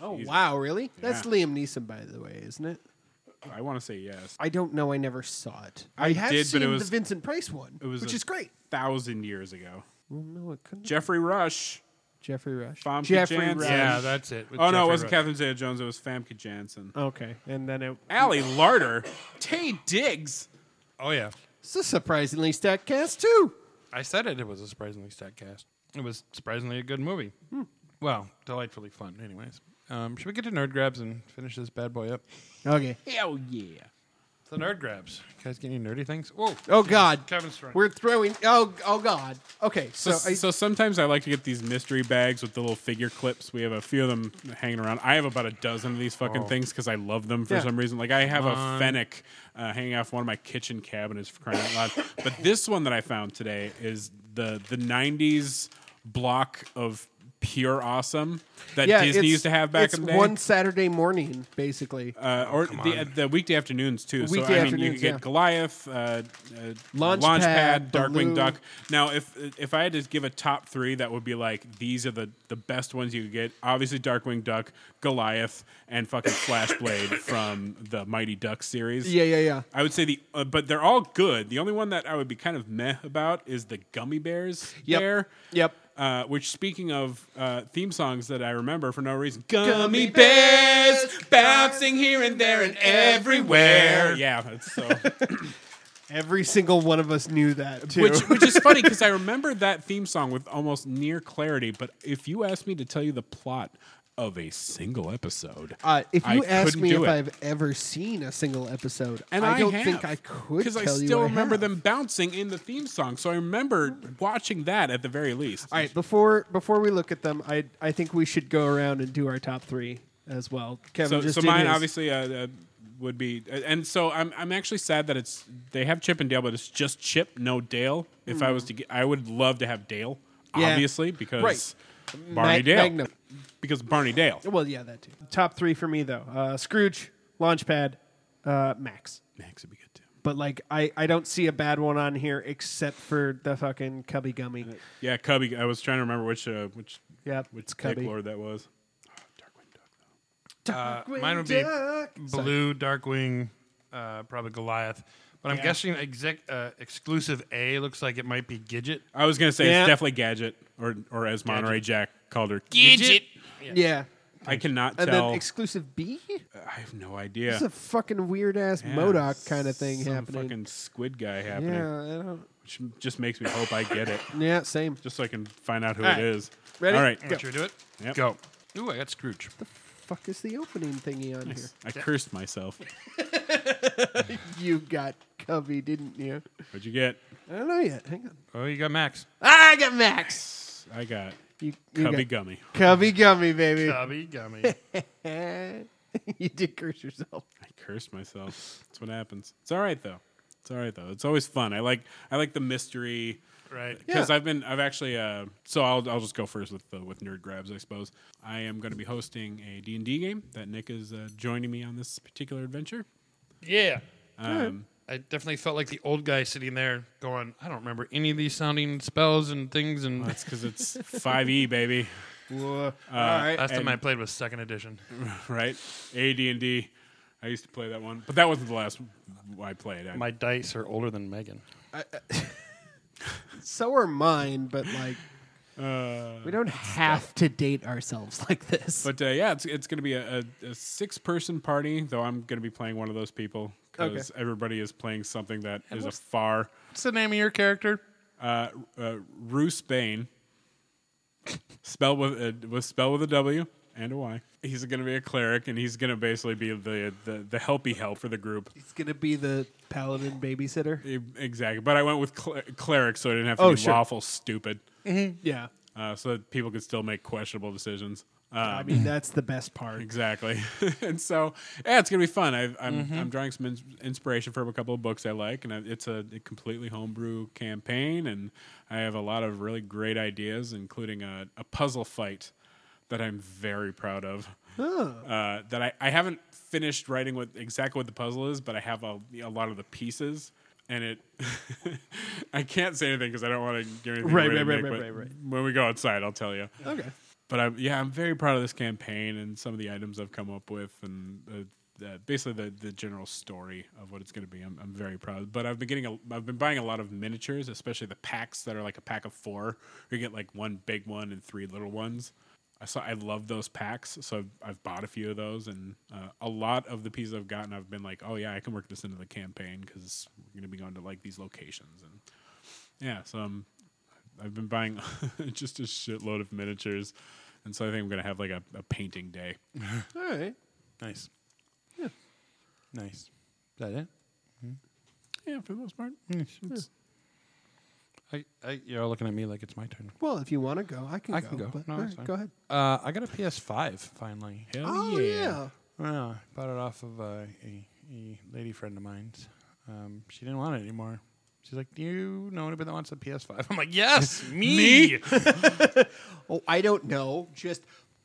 Speaker 5: Oh wow, really? That's
Speaker 1: Yeah.
Speaker 5: Liam Neeson, by the way, isn't it?
Speaker 1: I want to say yes.
Speaker 5: I don't know. I never saw it.
Speaker 1: I
Speaker 5: I, have
Speaker 1: did, but
Speaker 5: seen
Speaker 1: it was-
Speaker 5: the Vincent Price one,
Speaker 1: It was
Speaker 5: which
Speaker 1: a
Speaker 5: is great.
Speaker 1: Thousand years ago.
Speaker 5: Well, no, it couldn't.
Speaker 1: Jeffrey Rush.
Speaker 5: Jeffrey Rush.
Speaker 1: Famke
Speaker 5: Jeffrey
Speaker 1: Janssen.
Speaker 5: Rush.
Speaker 6: Yeah, that's it. with
Speaker 1: Oh no,
Speaker 6: Jeffrey
Speaker 1: it wasn't
Speaker 6: Rush.
Speaker 1: Catherine Zeta Jones. It was Famke Janssen.
Speaker 5: Okay, and then it.
Speaker 1: Allie Larder. Tay Diggs.
Speaker 6: Oh yeah,
Speaker 5: It's a surprisingly stacked cast too.
Speaker 6: I said it. It was a surprisingly stacked cast. Hmm. It was surprisingly a good movie. Well, delightfully fun. Anyways, um, should we get to nerd grabs and finish this bad boy up?
Speaker 5: Okay.
Speaker 1: Hell yeah.
Speaker 6: The nerd grabs. You guys get any nerdy things? Whoa.
Speaker 5: Oh God,
Speaker 6: Kevin's Uh, throwing.
Speaker 5: we're throwing. Oh, oh God. Okay, so,
Speaker 1: So, so,
Speaker 5: I,
Speaker 1: sometimes I like to get these mystery bags with the little figure clips. We have a few of them hanging around. I have about a dozen of these fucking things because I love them for
Speaker 5: Oh. Yeah.
Speaker 1: some reason. Like I have a fennec uh, hanging off one of my kitchen cabinets for crying out loud. But this one that I found today is the the '90s block of pure awesome that
Speaker 5: yeah,
Speaker 1: Disney
Speaker 5: it's-
Speaker 1: used to have back
Speaker 5: it's
Speaker 1: in the day.
Speaker 5: one Saturday morning, basically.
Speaker 1: uh, or the, uh, the weekday afternoons too. so
Speaker 5: Weekday
Speaker 1: I mean, you
Speaker 5: afternoons,
Speaker 1: could get
Speaker 5: yeah.
Speaker 1: Goliath, uh, uh,
Speaker 5: Launchpad, Baloo.
Speaker 1: Darkwing Duck. Now, if if I had to give a top three, that would be like these are the the best ones you could get. Obviously, Darkwing Duck, Goliath, and fucking Flashblade from the Mighty Duck series.
Speaker 5: yeah, yeah, yeah.
Speaker 1: I would say the, uh, but they're all good. The only one that I would be kind of meh about is the Gummy Bears
Speaker 5: Yep.
Speaker 1: bear.
Speaker 5: Yep.
Speaker 1: Uh, which, speaking of uh, theme songs that I remember for no reason, Gummy
Speaker 5: bears,
Speaker 1: Bears bouncing here and there and everywhere. Yeah, that's so.
Speaker 5: Every single one of us knew that too.
Speaker 1: which, which is funny because I remember that theme song with almost near clarity. But if you asked me to tell you the plot of a single episode,
Speaker 5: Uh, if
Speaker 1: I
Speaker 5: you ask
Speaker 1: couldn't
Speaker 5: me if
Speaker 1: do it.
Speaker 5: I've ever seen a single episode,
Speaker 1: And
Speaker 5: I,
Speaker 1: I
Speaker 5: don't
Speaker 1: have,
Speaker 5: think I could
Speaker 1: because I
Speaker 5: tell you
Speaker 1: still remember
Speaker 5: have.
Speaker 1: them bouncing in the theme song. So I remember watching that at the very least.
Speaker 5: All right, before before we look at them, I I think we should go around and do our top three, as well. Kevin
Speaker 1: So,
Speaker 5: just
Speaker 1: so
Speaker 5: did
Speaker 1: mine
Speaker 5: his.
Speaker 1: obviously uh, uh, would be, uh, and so I'm I'm actually sad that it's they have Chip and Dale, but it's just Chip, no Dale. If I was to, get, I would love to have Dale,
Speaker 5: Hmm. Yeah.
Speaker 1: obviously, because
Speaker 5: Right.
Speaker 1: Barney
Speaker 5: Mag-
Speaker 1: Dale,
Speaker 5: Magnum.
Speaker 1: because Barney Dale.
Speaker 5: Well, yeah, that too. Top three for me though: uh, Scrooge, Launchpad, uh, Max.
Speaker 1: Max would be good too.
Speaker 5: But like, I I don't see a bad one on here except for the fucking Cubby Gummy.
Speaker 1: Yeah, Cubby. I was trying to remember which uh, which
Speaker 5: Yep,
Speaker 1: which
Speaker 5: it's Cubby.
Speaker 1: Dick Lord that was. Oh, Darkwing Duck.
Speaker 6: mine would be
Speaker 5: Duck.
Speaker 6: Blue, Darkwing, uh, probably Goliath. But I'm guessing exec, uh, exclusive A looks like it might be Gidget.
Speaker 1: I was gonna say
Speaker 5: Yeah.
Speaker 1: it's definitely Gadget, or or as Monterey Jack called her,
Speaker 6: Gidget.
Speaker 5: Yeah.
Speaker 1: I cannot
Speaker 5: And
Speaker 1: tell.
Speaker 5: then exclusive B.
Speaker 1: I have no idea.
Speaker 5: It's a fucking weird ass
Speaker 1: Yeah,
Speaker 5: Modoc kind of thing
Speaker 1: some
Speaker 5: happening.
Speaker 1: Fucking squid guy
Speaker 5: yeah,
Speaker 1: happening,
Speaker 5: I don't.
Speaker 1: which just makes me hope I get it.
Speaker 5: Yeah, same.
Speaker 1: just so I can find out who
Speaker 5: All right.
Speaker 1: it is.
Speaker 5: Ready?
Speaker 1: All right.
Speaker 5: Go.
Speaker 6: Want you to do it?
Speaker 1: Yep.
Speaker 6: Go. Ooh, I got Scrooge.
Speaker 5: Fuck is the opening thingy on
Speaker 1: I cursed myself.
Speaker 5: here? You got Cubby, didn't you?
Speaker 1: What'd you get?
Speaker 5: I don't know yet. Hang on.
Speaker 6: Oh, you got Max.
Speaker 5: Ah, I got Max.
Speaker 1: I got
Speaker 5: You, you
Speaker 1: Cubby
Speaker 5: got
Speaker 1: Gummy.
Speaker 5: Cubby Gummy, baby.
Speaker 6: Gubby Gummy.
Speaker 5: you did curse yourself.
Speaker 1: I cursed myself. That's what happens. It's all right though. It's all right though. It's always fun. I like I like the mystery
Speaker 6: right.
Speaker 1: because
Speaker 5: Yeah.
Speaker 1: I've been I've actually uh, so I'll I'll just go first with uh, with nerd grabs I suppose. I am going to be hosting a D and D game that Nick is uh, joining me on this particular adventure.
Speaker 6: Yeah.
Speaker 1: Um,
Speaker 6: I definitely felt like the old guy sitting there going, I don't remember any of these sounding spells and things. And
Speaker 1: That's because it's five E baby.
Speaker 5: All right.
Speaker 6: last
Speaker 1: and-
Speaker 6: time I played was second edition.
Speaker 1: right? AD&D. I used to play that one, but that wasn't the last one I played. I,
Speaker 6: My dice are older than Megan.
Speaker 5: so are mine, but like
Speaker 1: uh,
Speaker 5: we don't have to date ourselves like this.
Speaker 1: but uh, yeah, it's it's going to be a, a, a six person party, though I'm going to be playing one of those people because everybody is playing something that is a far
Speaker 6: What's the name of your character?
Speaker 1: uh, uh, Roose Bane, spelled with uh, was spelled with a W and a Y. He's going to be a cleric, and he's going to basically be the, the the helpy help for the group.
Speaker 5: It's gonna be the paladin babysitter.
Speaker 1: E- Exactly, but I went with cler- cleric, so I didn't have to
Speaker 5: Oh,
Speaker 1: be
Speaker 5: sure.
Speaker 1: lawful stupid.
Speaker 5: Yeah,
Speaker 1: uh, so that people could still make questionable decisions.
Speaker 5: I
Speaker 1: Um,
Speaker 5: mean that's the best part.
Speaker 1: exactly. and so, yeah, it's gonna be fun. I've, I'm
Speaker 5: Mm-hmm.
Speaker 1: I'm drawing some ins- inspiration from a couple of books I like, and I, it's a, a completely homebrew campaign, and I have a lot of really great ideas, including a, a puzzle fight that I'm very proud of. Uh, that I, I haven't finished writing what exactly what the puzzle is, but I have a, a lot of the pieces. And it, I can't say anything because I don't want to give anything
Speaker 5: Right,
Speaker 1: away to
Speaker 5: right, right,
Speaker 1: Nick,
Speaker 5: right,
Speaker 1: but
Speaker 5: right, right.
Speaker 1: When we go outside, I'll tell you.
Speaker 5: Okay.
Speaker 1: But I'm, yeah, I'm very proud of this campaign and some of the items I've come up with and uh, the, basically the, the general story of what it's going to be. I'm, I'm very proud. But I've been getting a, I've been buying a lot of miniatures, especially the packs that are like a pack of four. You get like one big one and three little ones. I saw I love those packs, so I've, I've bought a few of those, and uh, a lot of the pieces I've gotten, I've been like, oh yeah, I can work this into the campaign because we're going to be going to like these locations and yeah, so I'm, I've been buying just a shitload of miniatures, and so I think I'm gonna have like a, a painting day.
Speaker 5: All right.
Speaker 6: Nice. Yeah. Nice. Is that it?
Speaker 1: Yeah, for the most part.
Speaker 6: I, I, you're all looking at me like it's my turn.
Speaker 5: Well, if you want to go, I can
Speaker 6: I
Speaker 5: go.
Speaker 6: can go.
Speaker 5: But,
Speaker 6: No,
Speaker 5: all
Speaker 6: that's
Speaker 5: right,
Speaker 6: fine.
Speaker 5: go ahead.
Speaker 6: Uh, I got a PS5 finally.
Speaker 1: Hell
Speaker 5: Oh
Speaker 1: yeah.
Speaker 5: yeah.
Speaker 6: Yeah, I bought it off of uh, a, a lady friend of mine's. Um, she didn't want it anymore. She's like, "Do you know anybody that wants a PS5?" I'm like, "Yes, me."
Speaker 5: Oh, I don't know. Just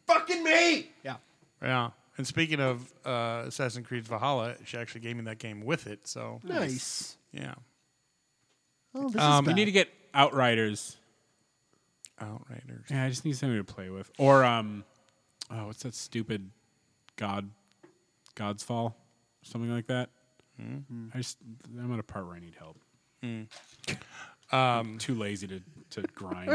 Speaker 5: fucking me. Yeah.
Speaker 6: yeah. And speaking of uh, Assassin's Creed Valhalla, she actually gave me that game with it. So
Speaker 5: Nice.
Speaker 6: Yeah.
Speaker 5: Oh, this
Speaker 1: Um,
Speaker 5: is
Speaker 1: you need to get Outriders.
Speaker 6: Outriders.
Speaker 1: Yeah, I just need somebody to play with, or um, oh, what's that stupid God, God's Fall, something like that. I just I'm at a part where I need help. Um, too lazy to to grind.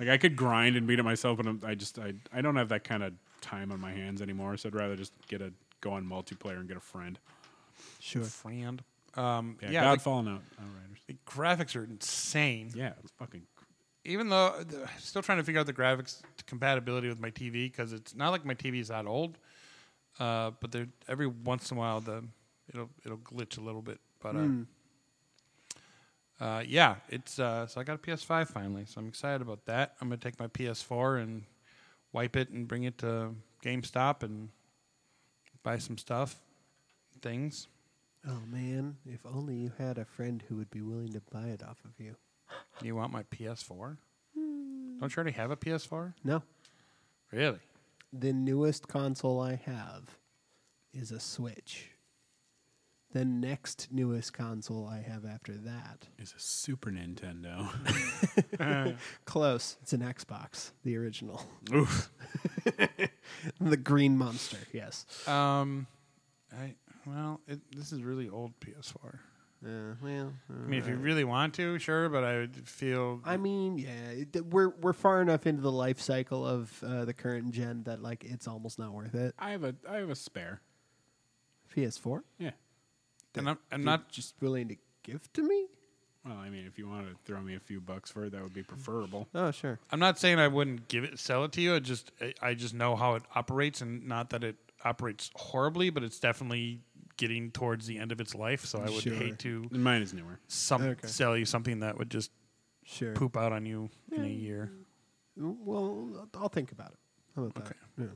Speaker 1: like I could grind and beat it myself, but I'm, I just I I don't have that kind of time on my hands anymore. So I'd rather just get a go on multiplayer and get a friend.
Speaker 5: sure.
Speaker 6: Friend. Um,
Speaker 1: Yeah,
Speaker 6: yeah.
Speaker 1: God
Speaker 6: like,
Speaker 1: Fall and Out, Outriders.
Speaker 6: the graphics are insane.
Speaker 1: Yeah, it's fucking.
Speaker 6: even though th- I'm still trying to figure out the graphics compatibility with my TV because it's not like my TV is that old, uh, but there every once in a while the it'll it'll glitch a little bit. But uh, uh, yeah, it's uh, so I got a PS5 finally, so I'm excited about that. I'm gonna take my PS4 and wipe it and bring it to GameStop and buy some stuff, things.
Speaker 5: Oh man, if only you had a friend who would be willing to buy it off of you.
Speaker 6: You want my PS4? Don't you already have a PS4?
Speaker 5: No,
Speaker 6: Really?
Speaker 5: the newest console I have is a Switch. The next newest console I have after that,
Speaker 1: It's a Super Nintendo.
Speaker 5: close, it's an Xbox, the original,
Speaker 1: Oof.
Speaker 5: the green monster. Yes.
Speaker 6: Um, I well, it, this is really old PS4.
Speaker 5: Uh, well,
Speaker 6: I mean, if you really want to, sure, but I would feel
Speaker 5: I mean, yeah, it- we're we're far enough into the life cycle of uh, the current gen that like it's almost not worth it.
Speaker 1: I have a I have a spare.
Speaker 5: PS4,
Speaker 1: Yeah.
Speaker 6: and I'm, I'm not
Speaker 5: just willing to give to me.
Speaker 1: Well, I mean, if you want to throw me a few bucks for it, that would be preferable.
Speaker 5: Oh, sure.
Speaker 6: I'm not saying I wouldn't give it sell it to you. I just I, I just know how it operates, and not that it operates horribly, but it's definitely getting towards the end of its life. So I would
Speaker 5: Sure.
Speaker 6: hate to
Speaker 1: Mine is newer.
Speaker 6: some
Speaker 5: Okay.
Speaker 6: sell you something that would just
Speaker 5: Sure. Mm,
Speaker 6: poop out on you in a year.
Speaker 5: Well, I'll think about it. How about that? Yeah.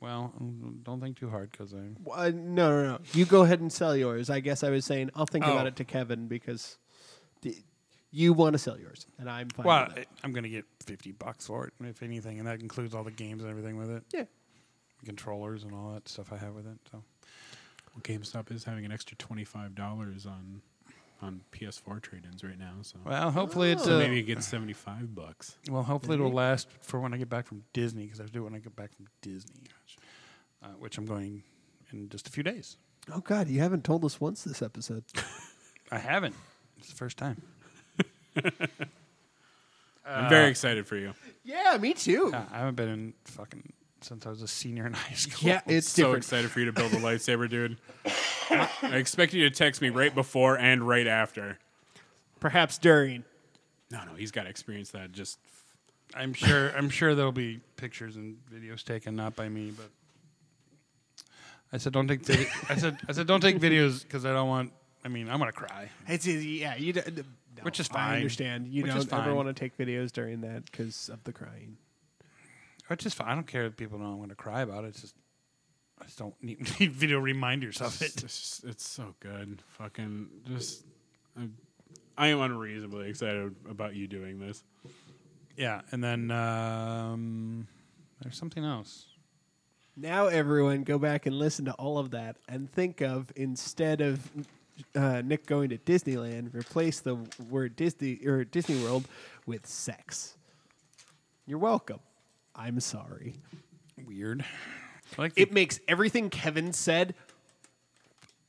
Speaker 6: Well, um, don't think too hard because I
Speaker 5: Well, uh, no, no, no. You go ahead and sell yours. I guess I was saying I'll think about
Speaker 6: Oh.
Speaker 5: it to Kevin because the, you want to sell yours, and I'm fine.
Speaker 6: well
Speaker 5: with
Speaker 6: I,
Speaker 5: that.
Speaker 6: I'm gonna get fifty bucks for it, if anything, and that includes all the games and everything with it,
Speaker 5: yeah.
Speaker 6: controllers and all that stuff I have with it. So
Speaker 1: Well, GameStop is having an extra twenty five dollars on on PS4 trade ins right now, so
Speaker 6: well, hopefully it's uh,
Speaker 1: maybe it gets seventy five bucks.
Speaker 6: Well, hopefully it'll last for when I get back from Disney because I have to do it when I get back from Disney, which, uh, which I'm going in just a few days.
Speaker 5: Oh God, you haven't told us once this episode.
Speaker 6: I haven't. It's the first time.
Speaker 5: Uh,
Speaker 1: I'm very excited for you.
Speaker 5: yeah, me too.
Speaker 6: Uh, I haven't been in fucking since I was a senior in high school.
Speaker 5: Yeah, it's
Speaker 1: so
Speaker 5: different.
Speaker 1: excited for you to build a lightsaber, dude. I expect you to text me right before and right after.
Speaker 5: Perhaps during.
Speaker 1: No, no, he's got to experience that. Just
Speaker 6: I'm sure. I'm sure there'll be pictures and videos taken, not by me, but I said don't take. Vid- I said I said don't take videos because I don't want. I mean, I'm gonna cry.
Speaker 5: It's yeah, you d- d- no,
Speaker 6: Which is
Speaker 5: I
Speaker 6: fine.
Speaker 5: understand. You
Speaker 6: Which is
Speaker 5: don't ever
Speaker 6: fine.
Speaker 5: want to take videos during that because of the crying.
Speaker 6: Which is fine. I don't care if people know I'm gonna cry about it. It's just I just don't need, need video reminders of it.
Speaker 1: it's, it's, it's so good. Fucking just, I, I am unreasonably excited about you doing this.
Speaker 6: Yeah, and then um, there's something else.
Speaker 5: Now everyone go back and listen to all of that and think of instead of uh, Nick going to Disneyland, replace the word Disney or Disney World with sex. You're welcome. I'm sorry.
Speaker 6: Weird. I like
Speaker 5: It
Speaker 6: the-
Speaker 5: makes everything Kevin said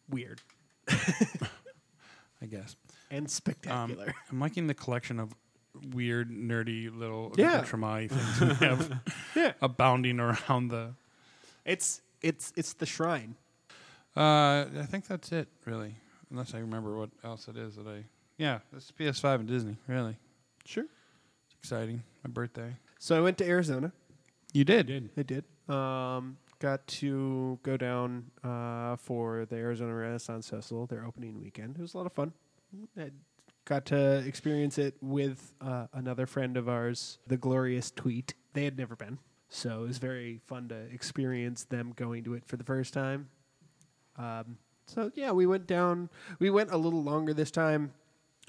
Speaker 5: weird
Speaker 6: I guess.
Speaker 5: and
Speaker 6: Um,
Speaker 5: spectacular.
Speaker 6: I'm liking the collection of weird, nerdy little
Speaker 5: Yeah.
Speaker 6: accoutrement things we have
Speaker 5: Yeah.
Speaker 6: abounding around the.
Speaker 5: it's it's it's the shrine.
Speaker 6: Uh, I think that's it, really. Unless I remember what else it is that I. Yeah, it's PS5 and Disney. Really,
Speaker 5: Sure.
Speaker 6: it's exciting. My birthday.
Speaker 5: So I went to Arizona.
Speaker 6: You did.
Speaker 5: I did. Um, got to go down uh, for the Arizona Renaissance Festival, their opening weekend. It was a lot of fun. I got to experience it with uh, another friend of ours, the Glorious Tweet. They had never been, so it was very fun to experience them going to it for the first time. Um, so yeah, we went down. We went a little longer this time.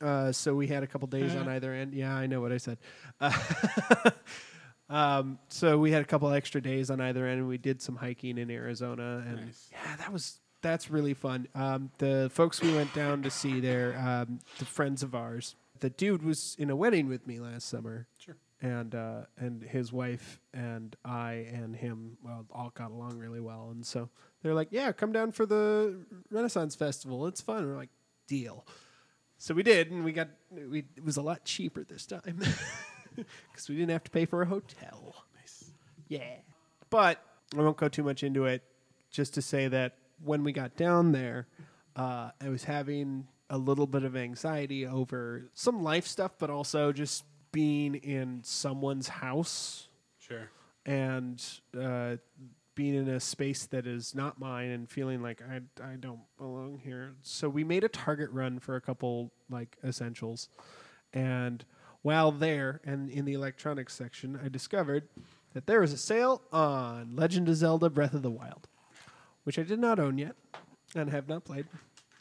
Speaker 5: Uh, so we had a couple days on either end. Yeah, I know what I said. Um, so we had a couple extra days on either end, and we did some hiking in Arizona, and yeah, that was that's really fun. Um, the folks we went down to see there, um, the friends of ours, the dude was in a wedding with me last summer, sure, and uh, and his wife and I and him well all got along really well, and so they're like, yeah, come down for the Renaissance Festival, it's fun. We're like, deal. So we did, and we got we, it was a lot cheaper this time because we didn't have to pay for a hotel. Nice. Yeah, but I won't go too much into it. Just to say that when we got down there, uh, I was having a little bit of anxiety over some life stuff, but also just being in someone's house
Speaker 1: Sure.
Speaker 5: and uh, being in a space that is not mine and feeling like I, I don't belong here. So we made a target run for a couple like essentials. And while there and in the electronics section, I discovered that there is a sale on Legend of Zelda Breath of the Wild, which I did not own yet and have not played.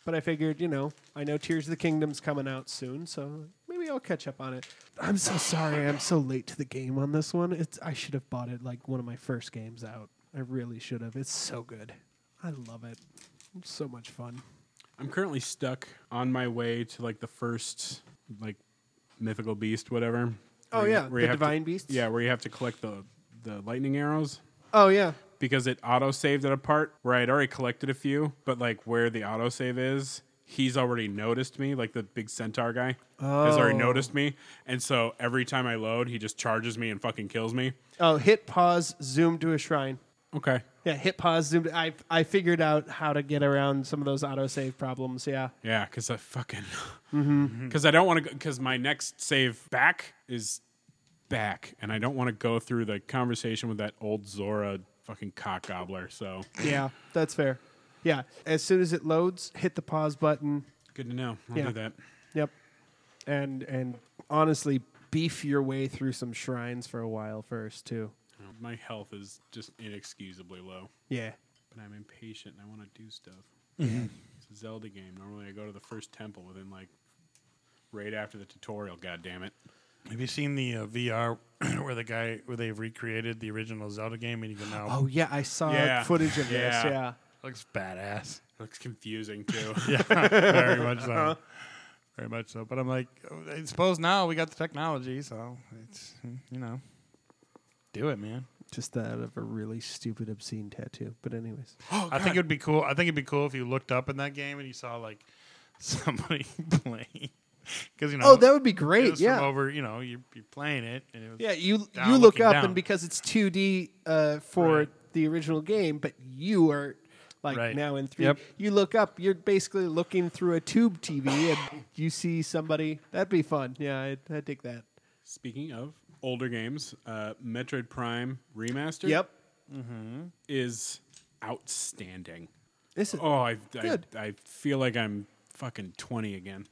Speaker 5: But I figured, you know, I know Tears of the Kingdom's coming out soon, so maybe I'll catch up on it. I'm so sorry I'm so late to the game on this one. It's I should have bought it like one of my first games out. I really should have. It's so good. I love it. It's so much fun.
Speaker 1: I'm currently stuck on my way to like the first like mythical beast, whatever.
Speaker 5: Oh,
Speaker 1: you-
Speaker 5: yeah, the
Speaker 1: you have to-
Speaker 5: divine beasts?
Speaker 1: Yeah, where you have to collect the the lightning arrows
Speaker 5: Oh yeah.
Speaker 1: because it auto saved at a part where I'd already collected a few, but like where the auto save is, he's already noticed me. Like the big centaur guy has already
Speaker 5: Oh.
Speaker 1: noticed me, and so every time I load, he just charges me and fucking kills me.
Speaker 5: Oh, hit pause, zoom to a shrine.
Speaker 1: Okay,
Speaker 5: Yeah, hit pause, zoom. To, I I figured out how to get around some of those autosave problems. Yeah.
Speaker 1: Yeah, because I fucking.
Speaker 5: Mm-hmm.
Speaker 1: Because I don't want to. Because my next save back is back, and I don't want to go through the conversation with that old Zora fucking cock gobbler. So
Speaker 5: Yeah, that's fair. Yeah, as soon as it loads, hit the pause button.
Speaker 1: good to know. I'll
Speaker 5: Yeah.
Speaker 1: do that.
Speaker 5: Yep. And and honestly, beef your way through some shrines for a while first too.
Speaker 1: Oh, My health is just inexcusably low,
Speaker 5: Yeah.
Speaker 1: but I'm impatient and I want to do stuff.
Speaker 5: Mm-hmm.
Speaker 1: It's a Zelda game. Normally, I go to the first temple within like right after the tutorial. God damn it!
Speaker 6: Have you seen the uh, VR where the guy where they've recreated the original Zelda game and you can now
Speaker 5: Oh yeah, I saw
Speaker 1: Yeah.
Speaker 5: footage of
Speaker 1: Yeah.
Speaker 5: this. Yeah.
Speaker 6: looks badass.
Speaker 1: Looks confusing too.
Speaker 6: Very much so. Very much so. But I'm like, I suppose now we got the technology, so it's you know, do it, man.
Speaker 5: Just that of a really stupid, obscene tattoo. But anyways.
Speaker 6: I think it'd be cool. I think it'd be cool if you looked up in that game and you saw like somebody playing because you know.
Speaker 5: Oh, that would be
Speaker 6: it
Speaker 5: great.
Speaker 6: was
Speaker 5: Yeah.
Speaker 6: From over, you know, you're, you're playing it. And it was
Speaker 5: Yeah, you
Speaker 6: down
Speaker 5: you look
Speaker 6: looking
Speaker 5: up
Speaker 6: down.
Speaker 5: and because it's 2D uh, for the original game, but you are like
Speaker 6: Right.
Speaker 5: now in 3.
Speaker 6: Yep.
Speaker 5: You look up, you're basically looking through a tube TV and you see somebody. That'd be fun. Yeah, I'd, I'd take that.
Speaker 1: Speaking of older games, uh, Metroid Prime Remastered.
Speaker 5: Yep.
Speaker 1: is outstanding.
Speaker 5: This is,
Speaker 1: Oh, I, I,
Speaker 5: Good.
Speaker 1: I feel like I'm fucking 20 again.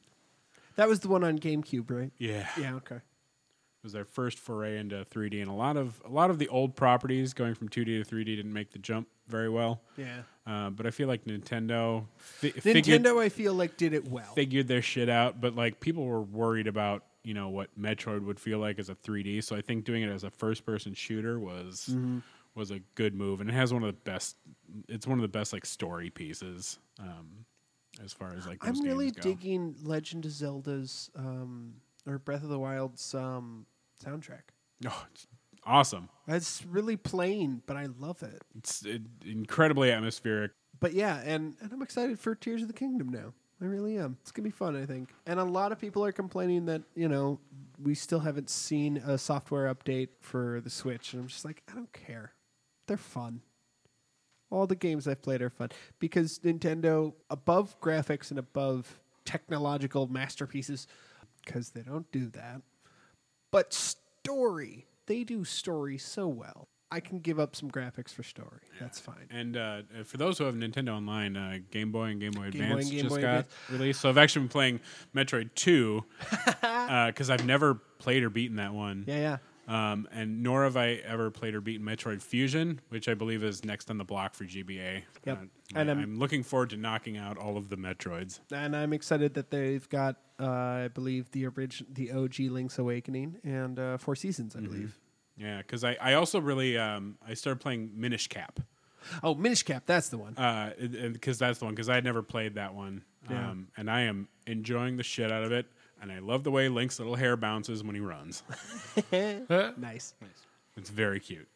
Speaker 5: That was the one on GameCube, right?
Speaker 1: Yeah.
Speaker 5: Yeah, okay.
Speaker 1: It was their first foray into 3D and a lot of a lot of the old properties going from 2D to 3D didn't make the jump very well.
Speaker 5: Yeah.
Speaker 1: Uh, but I feel like Nintendo fi-
Speaker 5: Nintendo,
Speaker 1: figured
Speaker 5: I feel like, did it well.
Speaker 1: figured their shit out, but like people were worried about, you know, what Metroid would feel like as a 3D, so I think doing it as a first-person shooter was
Speaker 5: Mm-hmm.
Speaker 1: was a good move and it has one of the best it's one of the best like story pieces um as far as like those
Speaker 5: I'm really
Speaker 1: games go.
Speaker 5: digging Legend of Zelda's um, or Breath of the Wild's um, soundtrack.
Speaker 1: Oh, it's awesome.
Speaker 5: It's really plain, but I love it.
Speaker 1: It's uh, incredibly atmospheric.
Speaker 5: But yeah, and, and I'm excited for Tears of the Kingdom now. I really am. It's gonna be fun, I think. And a lot of people are complaining that you know we still haven't seen a software update for the Switch, and I'm just like, I don't care. They're fun. All the games I've played are fun because Nintendo, above graphics and above technological masterpieces, because they don't do that. But story, they do story so well. I can give up some graphics for story. That's fine.
Speaker 1: And uh, for those who have Nintendo Online, uh, Game Boy and Game Boy
Speaker 5: Game Boy
Speaker 1: Advance
Speaker 5: and Game
Speaker 1: just
Speaker 5: Boy
Speaker 1: got
Speaker 5: Advance.
Speaker 1: released. So I've actually been playing Metroid 2 because I've never played or beaten that one.
Speaker 5: Yeah, yeah.
Speaker 1: Um, and nor have I ever played or beaten Metroid Fusion, which I believe is next on the block for GBA.
Speaker 5: Yep. And
Speaker 1: and
Speaker 5: I'm-
Speaker 1: Uh, I'm, looking forward to knocking out all of the Metroids.
Speaker 5: and I'm excited that they've got, uh, I believe, the origin, the OG Link's Awakening and uh, Four Seasons,
Speaker 6: Mm-hmm.
Speaker 5: I believe.
Speaker 1: Yeah, because I, I also really um, I started playing Minish Cap. uh,
Speaker 5: Oh, Minish Cap, that's the one.
Speaker 6: Uh,
Speaker 1: because that's the one because I had never played that one, um, and I am enjoying the shit out of it. And I love the way Link's little hair bounces when he runs.
Speaker 5: nice.
Speaker 1: it's very cute.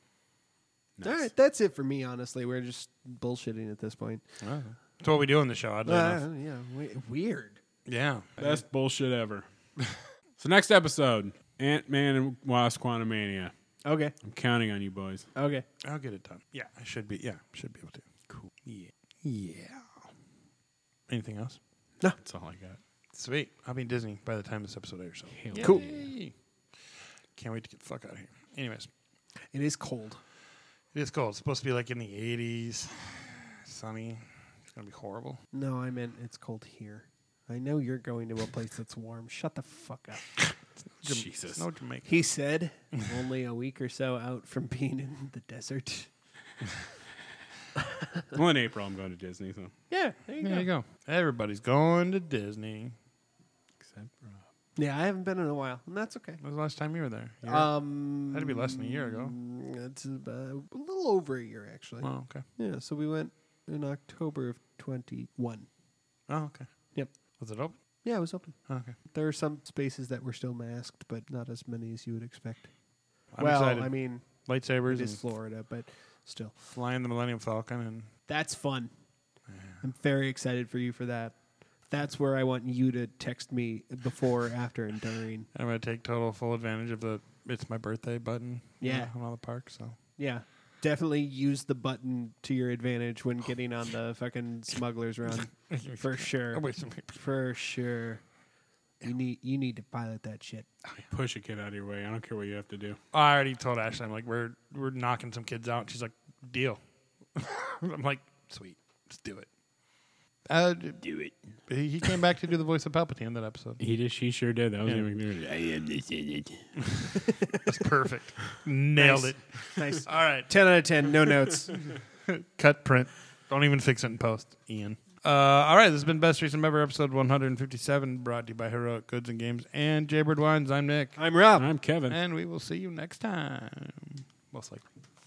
Speaker 5: All right, that's it for me. Honestly, we're just bullshitting at this point.
Speaker 6: That's what we do on the show. I don't
Speaker 5: Uh,
Speaker 6: know.
Speaker 5: yeah, we- weird.
Speaker 6: Yeah.
Speaker 1: Best bullshit ever. so next episode, Ant Man and Wasp Quantumania.
Speaker 5: Okay,
Speaker 1: I'm counting on you boys.
Speaker 5: okay.
Speaker 6: I'll get it done. Yeah, I should be. Yeah, should be able to. Cool. Yeah. Yeah. Anything else?
Speaker 1: That's all I got.
Speaker 6: Sweet. I'll be in Disney by the time this episode airs. So.
Speaker 5: Cool.
Speaker 6: Yay. Can't wait to get the fuck out of here. Anyways,
Speaker 5: It is cold.
Speaker 6: it is cold. It's supposed to be like in the 80s, sunny. It's going to be horrible.
Speaker 5: No, I meant it's cold here. I know you're going to a place that's warm. Shut the fuck up.
Speaker 1: Jesus.
Speaker 6: No Jamaica.
Speaker 5: He said, only a week or so out from being in the desert.
Speaker 1: Well, in April, I'm going to Disney, so.
Speaker 5: Yeah, there you
Speaker 6: There you go. Everybody's going to Disney.
Speaker 1: Except for
Speaker 5: Yeah, I haven't been in a while, and that's okay.
Speaker 6: When was the last time you were there? A year?
Speaker 5: Um,
Speaker 6: That'd be less than a year ago.
Speaker 5: That's about a little over a year, actually.
Speaker 6: Oh, okay.
Speaker 5: Yeah, so we went in October of 21.
Speaker 6: Oh, okay.
Speaker 5: Yep.
Speaker 6: Was it open?
Speaker 5: Yeah, it was open.
Speaker 6: Oh, okay.
Speaker 5: There are some spaces that were still masked, but not as many as you would expect.
Speaker 6: I'm
Speaker 5: well,
Speaker 6: excited.
Speaker 5: I mean,
Speaker 6: lightsabers
Speaker 5: it
Speaker 6: and
Speaker 5: is Florida, but still.
Speaker 6: flying the Millennium Falcon and
Speaker 5: That's fun. I'm very excited for you for that. That's where I want you to text me before, after, and during.
Speaker 6: I'm gonna take total full advantage of the it's my birthday button.
Speaker 5: Yeah.
Speaker 6: on all the parks. So
Speaker 5: Yeah. Definitely use the button to your advantage when getting on the fucking smugglers run. For
Speaker 6: Oh,
Speaker 5: sure. For sure. You need you need to pilot that shit.
Speaker 1: now. Push a kid out of your way. I don't care what you have to do.
Speaker 6: I already told Ashley, I'm like, we're we're knocking some kids out. She's like, deal. I'm like, sweet, let's do it. Uh, do it. He he came back to do the voice of Palpatine that episode.
Speaker 1: He did, she sure did. That was
Speaker 6: That's perfect. Nailed it.
Speaker 5: Nice.
Speaker 6: All right.
Speaker 5: ten out of ten, no notes.
Speaker 6: Cut print. Don't even fix it in post, Ian. Uh, all right, this has been Best Recent Ever, episode 157, brought to you by Heroic Goods and Games and Jaybird Wines. I'm Nick,
Speaker 1: Oh.
Speaker 5: I'm Rob.
Speaker 1: I'm Kevin.
Speaker 6: and we will see you next time. Most likely.